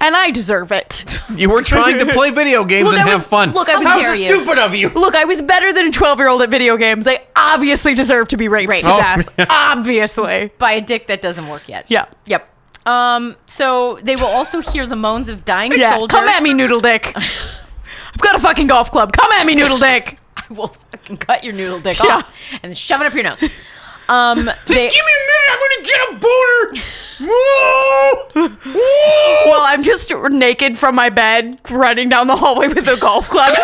and I deserve it. You were trying to play video games Look, and I have was- fun. look, I was- How How dare you. stupid of you. Look, I was better than a 12 year old at video games. I obviously deserve to be raped to Oh. death. obviously. by a dick that doesn't work yet. Yeah. Yep. Um, so they will also hear the moans of dying Yeah, soldiers. come at me, noodle dick. I've got a fucking golf club. Come at me, noodle dick. I will fucking cut your noodle dick Yeah. off and shove it up your nose. Um, they, Give me a minute. I'm going to get a boner. Woo! Woo! Well, I'm just naked from my bed, running down the hallway with a golf club,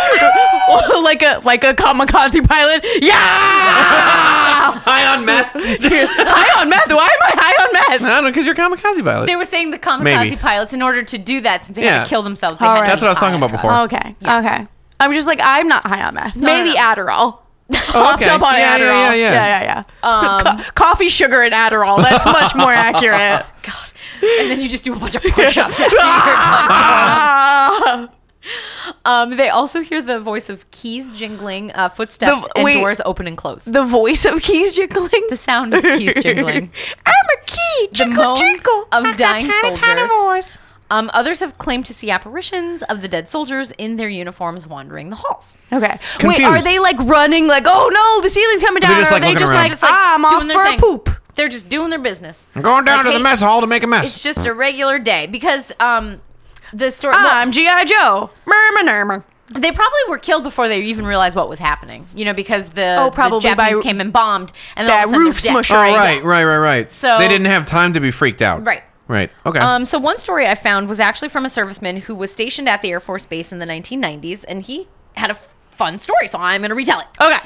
like a like a kamikaze pilot. Yeah, Hi on Matt. I high on meth. Why am I high on meth? don't know, because you're kamikaze violet. they were saying the kamikaze Maybe. pilots, in order to do that, since they had Yeah. to kill themselves, they All had right. to That's what I was talking about before. Okay, okay. I'm just like I'm not high on meth. no, Maybe no. Adderall. Oh, Hopped up on yeah, Adderall. yeah, yeah, yeah. yeah, yeah. Um, Co- coffee, sugar, and Adderall. That's much more accurate. and then you just do a bunch of push-ups. after Ah. Uh, you're done. um, they also hear the voice of keys jingling, uh, footsteps, The- and wait. doors open and close. The voice of keys jiggling. The sound of keys jingling. I'm a key. Jingle, moans jingle. of I've got dying tiny, tiny soldiers. voice. Um, others have claimed to see apparitions of the dead soldiers in their uniforms wandering the halls. Okay. Wait, Confused. are they like running? Like, oh no, the ceiling's coming down. just, or like, are they looking just around. like, Just like ah, I'm doing off their for thing. a poop. They're just doing their business. I'm going down Like, to the hey, mess hall to make a mess. It's just a regular day because um, the story. Ah, well, I'm GI Joe. Murmur, murmur. they probably were killed before they even realized what was happening. You know, because the, Oh, the probably Japanese by- came and bombed, and Yeah, all of a sudden roof they're dead. smusher. oh, right, right, right, right. So- they didn't have time to be freaked out. Right. Right. Okay. Um, so one story I found was actually from a serviceman who was stationed at the Air Force Base in the 1990s, and he had a f- fun story. So I'm going to retell it. Okay.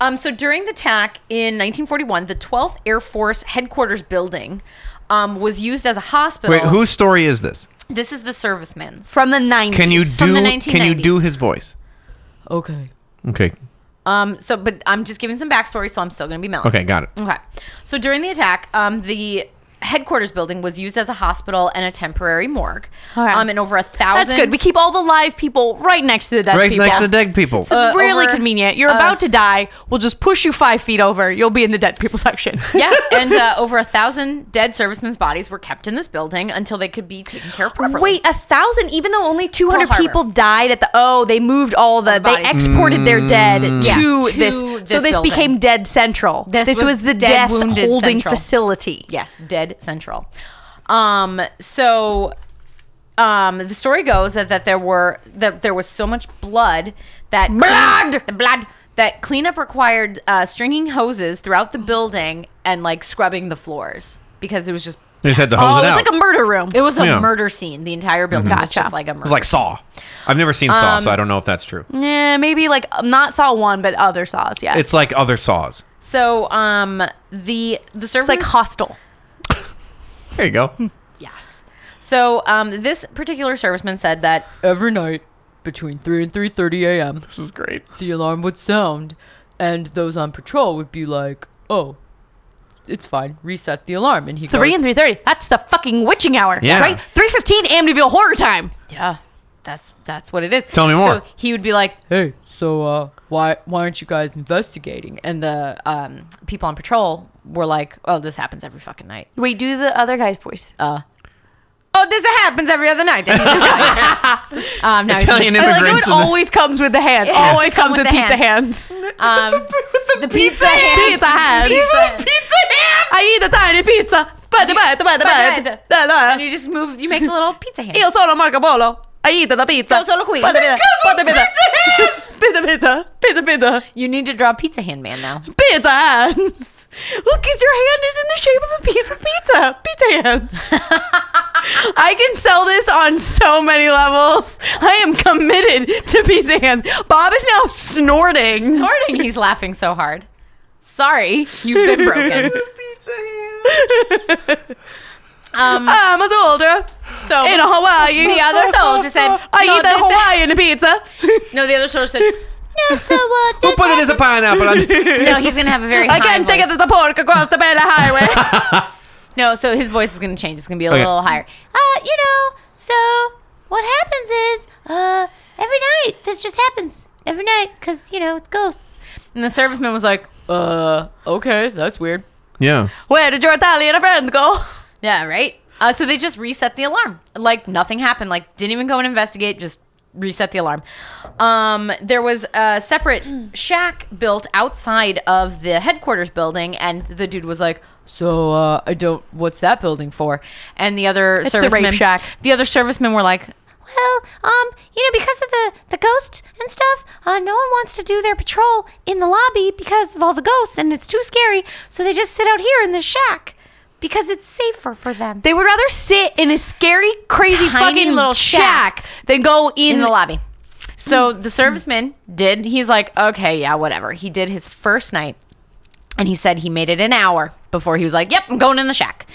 Um, so during the attack in 1941, the 12th Air Force Headquarters building um, was used as a hospital. Wait, whose story is this? This is the serviceman's. From the 90s. Can you from do? the Can you 1990s. do his voice? Okay. Okay. Um, so, but I'm just giving some backstory, so I'm still going to be mellow. Okay. Got it. Mm, Okay. So during the attack, um, the headquarters building was used as a hospital and a temporary morgue. Okay. Um, and over a thousand. That's good. We keep all the live people right next to the dead Right people. next to the dead people. It's really over- convenient. You're uh, about to die. We'll just push you five feet over. You'll be in the dead people section. yeah, and uh, over a thousand dead servicemen's bodies were kept in this building until they could be taken care of properly. Wait, a thousand? Even though only two hundred Pearl Harbor. people died at the oh, they moved all the, they bodies. exported their dead to, Yeah, to this, so this this building. became Dead Central. This This, was was, the Dead death Wounded holding Central. facility. Yes, Dead Central. Um, so um, the story goes that, that there were that there was so much blood that Blood! the blood that cleanup required uh, stringing hoses throughout the building and like scrubbing the floors because it was just They just had to hose Oh, it it was out. like a murder room. it was a Yeah. murder scene. The entire building was Mhm. Gotcha. just like a murder. It's like Saw. I've never seen Saw, so I don't know if that's true. Um, Yeah, maybe like um, not saw one, but other saws. Yeah, It's like other Saws. so um the the server It's like hostile. There you go. Yes. So um, this particular serviceman said that every night between three and three thirty a.m. this is great. the alarm would sound, and those on patrol would be like, "Oh, it's fine, reset the alarm." And he Three goes, and three thirty. That's the fucking witching hour. Yeah. Right. Three fifteen. Amityville horror time. Yeah, that's that's what it is. Tell me more. So he would be like, "Hey, so uh, why why aren't you guys investigating?" And the um, people on patrol were like, "Oh, this happens every fucking night." Wait, do the other guy's voice. Oh, this happens every other night. And he just like- um, now he's- Italian I like how immigrants. it in the- always comes with the hand. It has always to come comes with with, the pizza hand. hands. um, the pizza hands. Pizza hands. I eat a tiny pizza. But the but the but the But- but the And you just move. You make the little pizza hand. Io sono Marco Polo. I eat the pizza. Io sono qui. But the Perché but the pizza. Pizza pizza. Pizza pizza. You need to draw pizza hand man now. Pizza hands. Look, cause your hand is in the shape of a piece of pizza. Pizza hands. I can sell this on so many levels. I am committed to pizza hands. Bob is now snorting. Snorting. He's laughing so hard. Sorry, you've been broken. I'm Um, a soldier Um, So in Hawaii. the other soldier said, I no, eat the this- Hawaiian pizza. No, the other soldier said, "No, so uh, Who this put it as a pineapple? on- happened-" No, he's gonna have a very. I high can't take voice. it as a pork across the Bella Highway. No, so his voice is gonna change. It's gonna be a Okay. little higher. Uh, you know, so what happens is, uh, every night this just happens every night because you know it's ghosts. And the serviceman was like, "Uh, okay, that's weird." yeah. Where did your Italian friend go? Yeah, right. Uh, so they just reset the alarm. Like nothing happened. Like didn't even go and investigate. Just reset the alarm. Um, there was a separate shack built outside of the headquarters building, and the dude was like, "So uh, I don't. What's that building for?" And the other It's the rape servicemen, shack. the other servicemen were like. Well, um, you know, because of the the ghosts and stuff, uh, no one wants to do their patrol in the lobby because of all the ghosts, and it's too scary. So they just sit out here in the shack because it's safer for them. They would rather sit in a scary, crazy Tiny fucking little little shack, than go in, in the lobby. So the serviceman did. He's like, okay, yeah, whatever. He did his first night, and he said he made it an hour before he was like, yep, I'm going in the shack.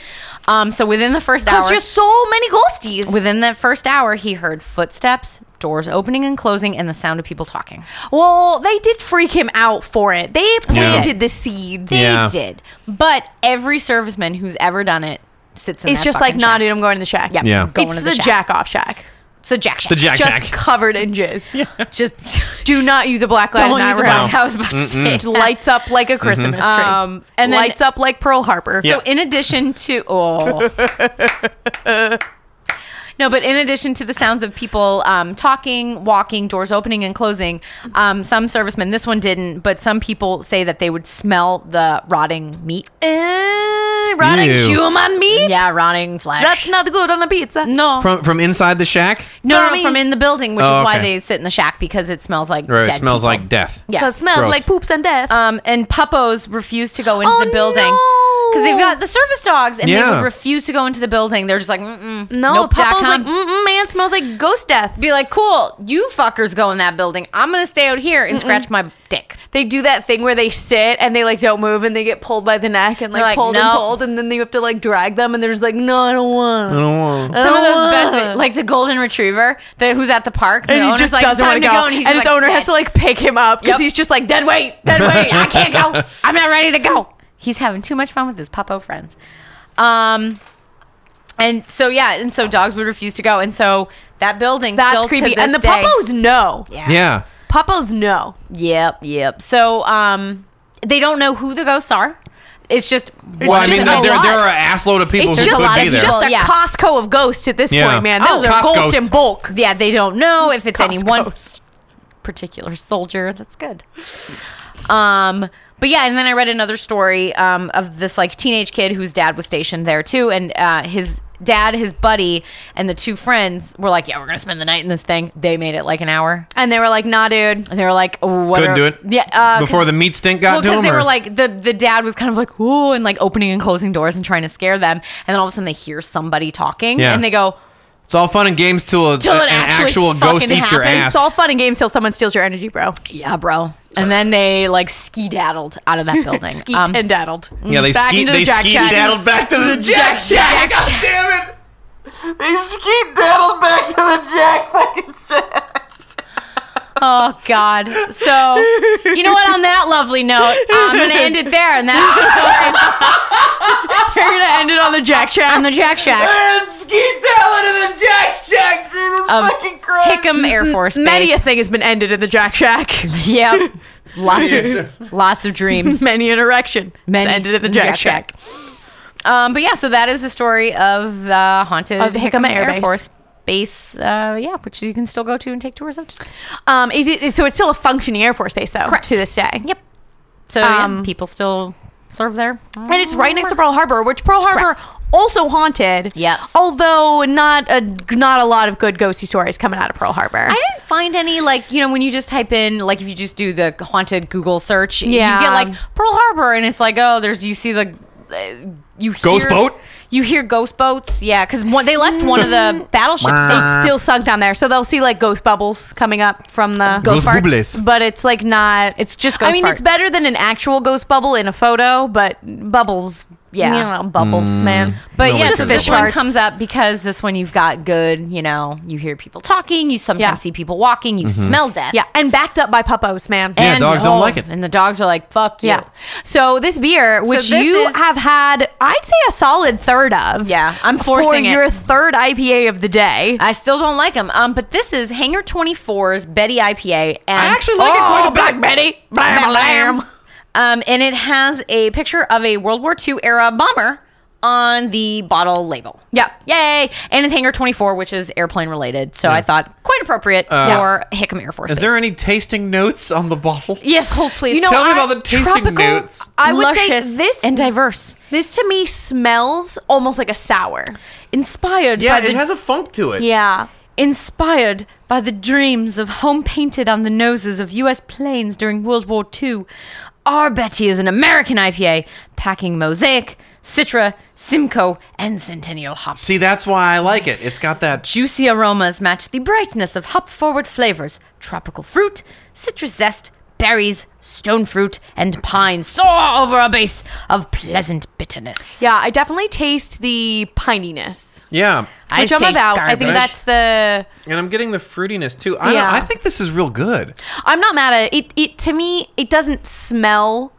Um, so within the first hour, There's just so many ghosties. within that first hour, he heard footsteps, doors opening and closing, and the sound of people talking. well, they did freak him out for it. They planted the seeds. They Yeah. did, but every serviceman who's ever done it sits. in It's that just like, fucking nah, shack. dude, I'm going to the shack. Yep, Yeah. I'm going it's to the, shack. jack off shack. So jack shack. The Jack Just Jack. covered in jizz. Just Do not use a black light don't in that use a room. black. I was about to say. It lights up like Mm-hmm. a Christmas tree. Um, and and then- lights up like Pearl Harbor. So in addition to oh. No, but in addition to the sounds of people um, talking, walking, doors opening and closing, um, some servicemen, this one didn't, but some people say that they would smell the rotting meat. Eh, rotting Ew. human meat. Yeah, rotting flesh. That's not good on a pizza. no, From from inside the shack? no, no, from- from in the building, which Oh, is why okay. they sit in the shack because it smells like Right. dead It smells people. like death. Yeah. It smells Gross. like poops and death. Um, and puppos refused to go into Oh, the building because they've no. got the service dogs, and they Yeah. would refuse to go into the building. They're just like, mm-mm, no, nope, dot Papa's com. like, mm man, smells like ghost death. be like, cool, you fuckers go in that building. I'm gonna stay out here and scratch my dick. They do that thing where they sit and they like don't move and they get pulled by the neck and like, They're like, pulled no. and pulled and then you have to like drag them and they're just like, no, I don't want. I don't want- Some of those best, like the golden retriever that who's at the park, the and he owner's just like, it's doesn't time want to to go, go, and he's and just its like, owner has to like pick him up because Yep. he's just like dead weight, dead Wait, weight. I can't go. I'm not ready to go. He's having too much fun with his puppo friends. Um, and so yeah, and so dogs would refuse to go, and so that building That's still to creepy. this And the day- puppos know. yeah, Yeah. Puppos know. yep, yep. So um, they don't know who the ghosts are. It's just It's Well, I just mean, a there, there lot. there are an assload of people It's who just, a lot could of be there. it's people. just a Yeah. Costco of ghosts at this Yeah. point, man. Oh, Those are Costco. ghosts in bulk. yeah, they don't know if it's any one Costco's. particular soldier. That's good. Um, but yeah, and then I read another story um, of this like teenage kid whose dad was stationed there too, and uh, his dad, his buddy, and the two friends were like, "Yeah, we're gonna spend the night in this thing." They made it like an hour, And they were like, nah, dude. and they were like, "What?" Couldn't are- do it. Yeah, uh, 'cause- before the meat stink got well, to because him. they or- were like the the dad was kind of like ooh and like opening and closing doors and trying to scare them, and then all of a sudden they hear somebody talking, Yeah. and they go, it's all fun and games till, a, Till it an actually actual ghost fucking eats your happens. ass. It's all fun and games till someone steals your energy, bro. "Yeah, bro," and then they like skedaddled out of that building. Skeet Um, and daddled. yeah, they Back ski into the they Jack ski Shack. daddled back to the Jack Shack. Jack God Shack. damn it! They skeet daddled back to the Jack fucking Oh God! So you know what? On that lovely note, I'm gonna end it there, and that's You're going to end it on the Jack on Chat. the Jack Shack And skeet daddled to the Jack Shack. Jesus of fucking Christ. Um, Hickam Air Force Base. Many a thing has been ended at the Jack Shack. Yep. Lots of lots of dreams. Many an erection Many- has ended at the Jack, Shack. Um, but yeah, so that is the story of uh, haunted Of Hickam Air Base. Force Base. Uh, yeah, which you can still go to and take tours of. Um, is it, so it's still a functioning Air Force base, though, Correct. to this day. Yep. So yeah, Um, people still serve there. And it's right next to Pearl Harbor, which Pearl Harbor Mm. Correct. also haunted. Yes. Although not a not a lot of good ghosty stories coming out of Pearl Harbor. I didn't find any like you know when you just type in like if you just do the haunted Google search, Yeah. you get like Pearl Harbor, and it's like oh, there's you see the uh, you hear, Ghost boat? You hear ghost boats, yeah, because they left one of Mm. the battleships. They still sunk down there, so they'll see like ghost bubbles coming up from the Ghost farts. bubbles. But it's like not. It's just I ghost mean, fart. it's better than an actual ghost bubble in a photo, but bubbles. Yeah. you know, bubbles, Mm. man. But No, yeah, it's so a this fish one farts. comes up because this one you've got good, you know, you hear people talking, you sometimes Yeah. see people walking, you smell death. yeah, and backed up by puppos, man. Mm-hmm. Yeah, dogs don't like it. And the dogs are like, fuck you. Yeah. So this beer, which this you is- have had, I'd say a solid third of. Yeah, I'm for forcing it. your third IPA of the day. I still don't like them. Um, but this is Hanger 24's Betty IPA. And I actually Oh. like it quite a bit. Black Betty, blam, blam. Um, and it has a picture of a World War II era bomber on the bottle label. Yep. Yay! And it's Hanger 24, which is airplane related. So I thought quite appropriate for Hickam Air Force. Uh, Is Base. there any tasting notes on the bottle? Yes, hold please. You know, Tell me I- about the tasting tropical, notes. I would say Luscious this and diverse, this to me smells almost like a sour. inspired Yeah, by the it has a funk to it. Yeah. inspired by the dreams of home painted on the noses of U.S. planes during World War II. Our Betty is an American IPA packing mosaic, citra, Simcoe, and Centennial hops. See, that's why I like it. It's got that. Juicy aromas match the brightness of hop forward flavors tropical fruit, citrus zest, berries, stone fruit, and pine soar over a base of pleasant bitterness. Yeah, I definitely taste the pininess, Yeah, I which I am say about. I think garbage. that's the. and I'm getting the fruitiness too. I, Yeah. don't, I think this is real good. I'm not mad at it. it. It to me, it doesn't smell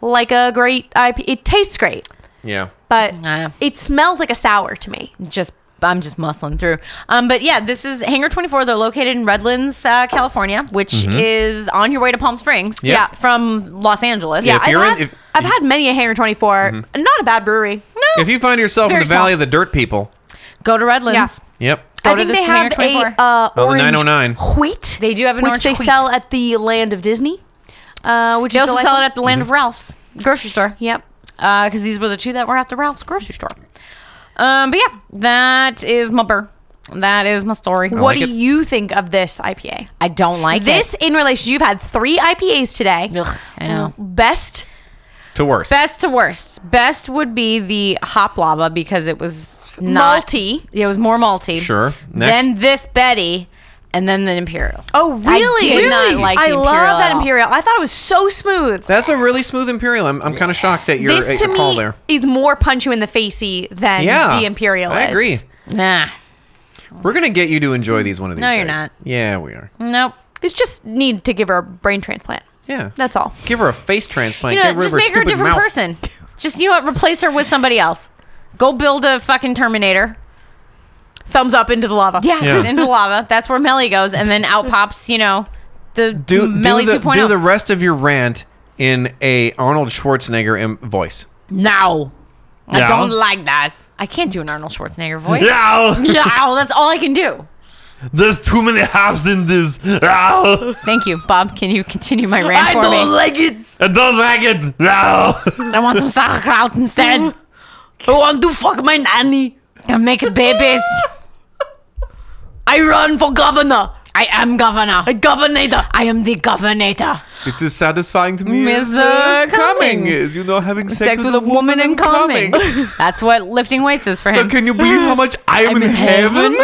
like a great IP. It tastes great, Yeah. but Nah. it smells like a sour to me. just I'm just muscling through. Um, but yeah, this is Hangar 24. They're located in Redlands, uh, California, which is on your way to Palm Springs. Yeah. Yeah. from Los Angeles. Yeah, if I've, you're in- had, if- I've had many a Hanger 24. Not a bad brewery. If you find yourself in Very the Valley small. of the Dirt People, Go to Redlands. Yeah. yep. Go I to think the they have Hanger 24. a uh, Oh, the orange 909. wheat. They do have an which orange they wheat. sell at the Land of Disney. Uh, which They is also sell it delightful. at the Land of Ralph's grocery store. Yep. Because these were the two that were at the Ralph's grocery store. Um, but yeah, that is my burr. That is my story. What like do it. you think of this IPA? I don't like This in relation, you've had three IPAs today. It. Ugh, I know. Best To worse. Best to worst. Best would be the hop lava because it was not Malty. It was more malty. Sure. Next. Then this Betty, and then the imperial. Oh, really? I did not like the I imperial. love at that all. imperial. I thought it was so smooth. That's a really smooth Imperial. I'm, I'm kind of shocked at your, this at to your call me there. is more punch you in the facey than Yeah. the imperial. I is. agree. Nah. We're going to get you to enjoy these one of these No, days. you're not. Mm. Yeah, we are. Nope. It's just need to give her a brain transplant. Yeah. That's all. Give her a face transplant. You know, Get rid just of make her a stupid different mouth. person. Just you know what? Replace her with somebody else. Go build a fucking Terminator. Thumbs up into the lava. Yeah, Yeah. just into lava. That's where Melly goes, and then out pops you know the Do, Mm, Melly oh. do, the, 2.0. do the rest of your rant in a Arnold Schwarzenegger im- voice. now. I Now? don't like that. I can't do an Arnold Schwarzenegger voice. Yeah, Now, that's all I can do. there's too many hops in this. Ow. Thank you, Bob. Can you continue my rant for me? like it. I don't like it. Ow. I want some sauerkraut instead. I want to fuck my nanny. I'm making babies. I run for governor. I am governor. Governor. I am the governor. It's as satisfying to me as Mr. uh, coming Cumming. is, you know, having sex, Sex with a woman in common. That's what lifting weights is for so him. can you believe how much I'm, in, heaven?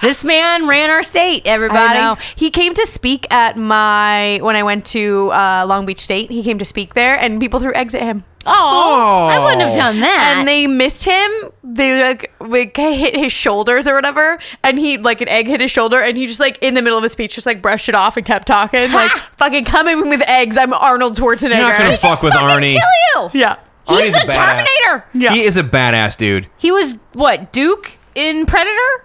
this man ran our state, everybody. I know. He came to speak at my when I went to uh, Long Beach State. He came to speak there, and people threw eggs at him. Oh, I wouldn't have done that. and they missed him. They like, like hit his shoulders or whatever, and he like an egg hit his shoulder, and he just like in the middle of his speech just like brushed it off and kept talking like fucking coming with eggs. I'm Arnold Schwarzenegger. You're not gonna fuck with Arnie. kill you. yeah, He's Arnie's a a badass. Terminator. yeah, He is a badass dude. He was what Duke in Predator.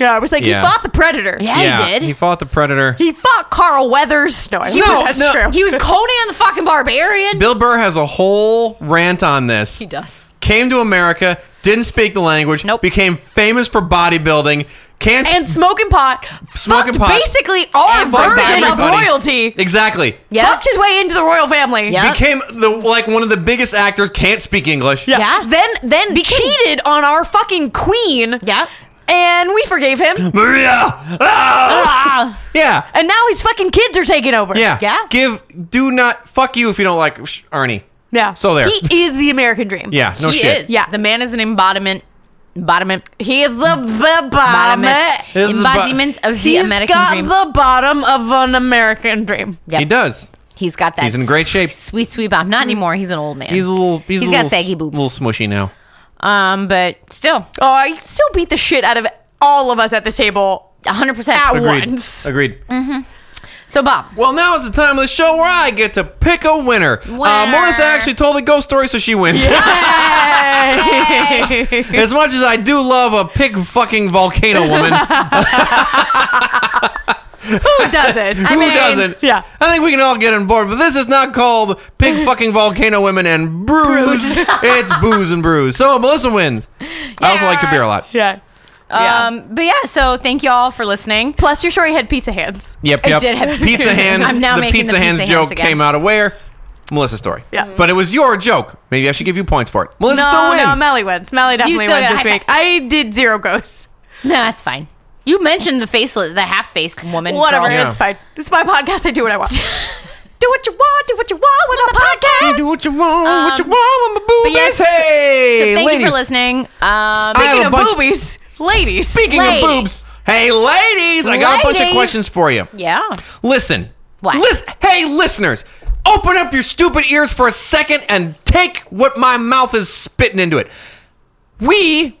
yeah. I was like, Yeah. he fought the Predator. Yeah, he did. He fought the predator. He fought Carl Weathers. No, I He no, was- that's no, true. He was Conan the fucking Barbarian. Bill Burr has a whole rant on this. he does. Came to America, didn't speak the language, Nope. became famous for bodybuilding, can't and smoking pot. Smoking fucked pot. basically our Fucked version of everybody. royalty. Exactly. Yep. Fucked his way into the royal family. Yep. Became the like one of the biggest actors, can't speak English. Yeah. Yeah. Then then Became- cheated on our fucking queen. Yeah. And we forgave him. Maria! Ah, Yeah. And now his fucking kids are taking over. Yeah. Yeah. Give do not fuck you if you don't like sh- Arnie. Yeah. So there. He is the American dream. Yeah, no he shit. is. Yeah. the man is an embodiment. Embodiment. He is the b- bottom. Embodiment. This is the bo- Embodiment of the He's American got dream. the bottom of an American dream. Yep. He does. He's got that. He's in great shape. Sweet, sweet bottom. Mm. Not anymore. He's an old man. He's a little he's, He's a got little, saggy s- boobs. little smushy now. um, but still, Oh, he still beat the shit out of all of us at this table. hundred percent. At Agreed. Once. Agreed. So Bob, Well, now is the time of the show where I get to pick a winner. Uh, Winner. Melissa actually told a ghost story, so she wins. as much as I do love a pig fucking volcano woman, Who doesn't? who doesn't? Yeah. I think we can all get on board, but this is not called pig fucking volcano women and brews. it's booze and brews. So Melissa wins. I also like to beer a lot. Yeah. Um, but yeah, so thank you all for listening. Plus, you're sure he had pizza hands. Yep, I yep. did have- pizza hands. I'm now the making pizza the hands pizza joke hands again. came out of where? Melissa's story. Yeah. But it was your joke. Maybe I should give you points for it. Melissa still Oh, No, wins. no, Melly wins. Melly definitely still wins got a this high week. I did zero ghosts. No, that's fine. You mentioned the faceless, the half-faced woman. Whatever, girl. Yeah. it's fine. It's my podcast. I do what I want. do what you want. Oh, Do what you want with my podcast. Do what you want, what you Um, want with my but boobies. yes, hey, So thank ladies. you for listening. Um, I have Speaking a of bunch- boobies, ladies. Speaking Ladies. of boobs, hey, ladies, I got a bunch of Ladies. questions for you. yeah. Listen. What? Listen, hey, listeners, open up your stupid ears for a second and take what my mouth is spitting into it. We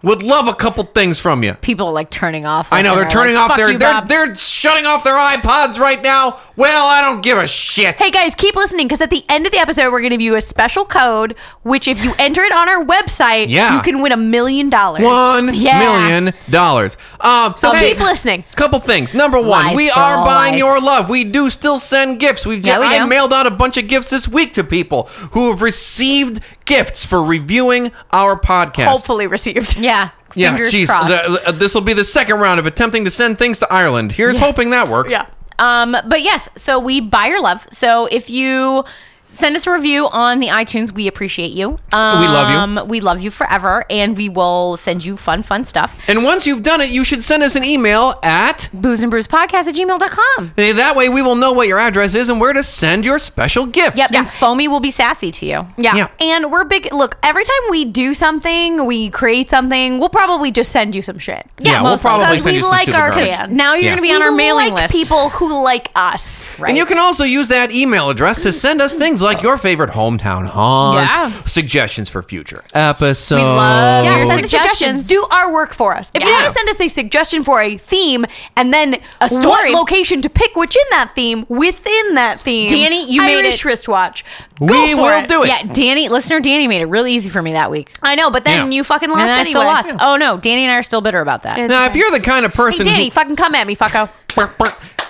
would love a couple things from you. People are like turning off. I know they're turning off "Fuck their you, they're, Bob." they're shutting off their iPods right now. Well, I don't give a shit. Hey guys, keep listening because at the end of the episode, we're going to give you a special code, which if you enter it on our website, Yeah. you can win a million dollars. One Yeah. million dollars. Um, So hey, keep listening. Couple things. Number one, Lies, we girl, are buying lies. your love. We do still send gifts. We've Yeah, just, we I do. mailed out a bunch of gifts this week to people who have received gifts for reviewing our podcast. Hopefully received. Yeah. Yeah, Fingers jeez. crossed. This will be the second round of attempting to send things to Ireland. Here's hoping that works. Yeah. Um, but yes, so we buy your love. So if you send us a review on the iTunes, we appreciate you. Um, love you. We love you forever, and we will send you fun, fun stuff. And once you've done it, you should send us an email at Booze and Brews Podcast at gmail.com. Hey, That way, we will know what your address is and where to send your special gift. Yep. And Foamy will be sassy to you. Yeah. Yeah. And we're big. Look, every time we do something, we create something, we'll probably just send you some shit. Yeah, we'll most likely. probably Because send we you some like stupid our garbage. fan. Now you're Yeah. going to be on We our mailing like list. people who like us. Right. And you can also use that email address to send us things like your favorite hometown haunts, Yeah. suggestions for future episodes. love Yeah, Oh. send Suggestions. us suggestions. Do our work for us. If you Yeah. want to send us a suggestion for a theme and then A story. what location to pick within that theme, within that theme, Danny, you made Irish it. wristwatch. Go We for will do it. Yeah, Danny, listener Danny made it real easy for me that week. I know, but then Yeah. you fucking And lost I anyway. still lost. Oh no, Danny and I are still bitter about that. It's Now, okay. if you're the kind of Hey, person Danny, who, fucking come at me, fucko.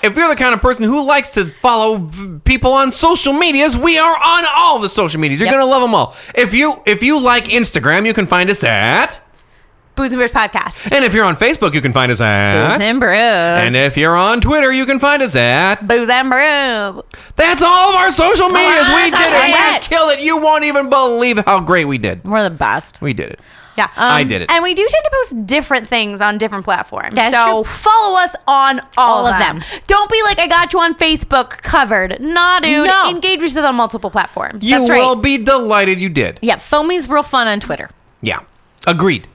if you're the kind of person who likes to follow v- people on social medias, we are on all the social medias. You're Yep. gonna love them all. If you if you like Instagram, you can find us at, Booze and Beers podcast. and if you're on Facebook, you can find us Booze at, and Brews. and if you're on Twitter, you can find us at. Booze and brew. That's all of our social medias. our we did social it. media. We killed it. You won't even believe how great we did. We're the best. We did it. Yeah. Um, I did it. And we do tend to post different things on different platforms. That's so true. follow us on all, All of of them. them. Don't be like, I got you on Facebook covered. Nah, dude. No. Engage with us on multiple platforms. You That's right. will be delighted you did. Yeah, foamy's real fun on Twitter. Yeah. Agreed.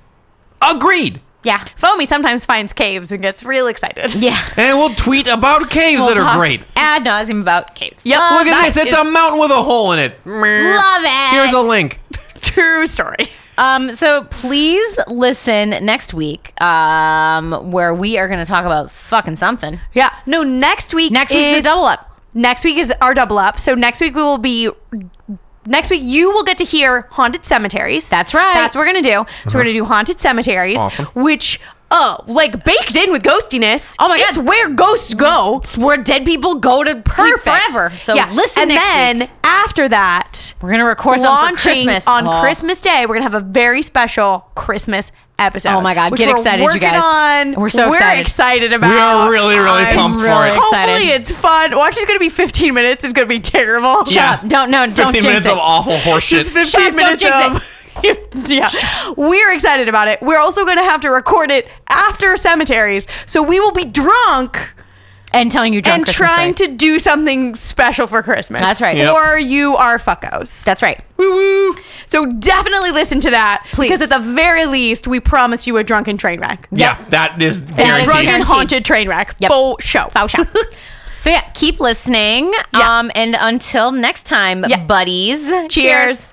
Agreed. Yeah, Foamy sometimes finds caves and gets real excited. yeah. And we'll tweet about caves that are Talk great. Ad nauseum about Uh, caves. Yep. Look at that this. It's is a mountain with a hole in it. Love it. Here's a link. true story. Um, so please listen next week, um, where we are going to talk about fucking something. Yeah. No, next week. Next week's is- the double up. Next week is our double up. So next week we will be. Next week you will get to hear haunted cemeteries. That's right. That's what we're gonna do. So we're gonna do haunted cemeteries, Awesome. which oh, like baked in with ghostiness. Oh my it's God. where ghosts go. It's where dead people go to sleep Perfect. forever. So Yeah. listen and next then week. after that, We're going to record something for launching Christmas. on Oh. Christmas Day, we're gonna have a very special Christmas episode. Oh my God, which get we're excited, you working guys. On, We're so excited. about. We are really, really I'm pumped really for it. excited. Hopefully it's fun. Watch is gonna be 15 minutes. It's gonna be terrible. Shut up. Don't, no, don't 15 jinx minutes it. of awful horseshit. It's 15 Shut up, don't minutes jinx of. yeah, we're excited about it. We're also going to have to record it after cemeteries, so we will be drunk And telling you drunk and Christmas trying story. to do something special for Christmas. That's right. Yep. Or you are fuckos. That's right. Woo woo. So definitely listen to that, Please. because at the very least, we promise you a drunken train wreck, yeah, that is is guaranteed. drunken Guaranteed. haunted train wreck, Yep. faux show. Bow shop. so yeah, keep listening. Yeah. Um, and until next time, Yeah. buddies. Cheers.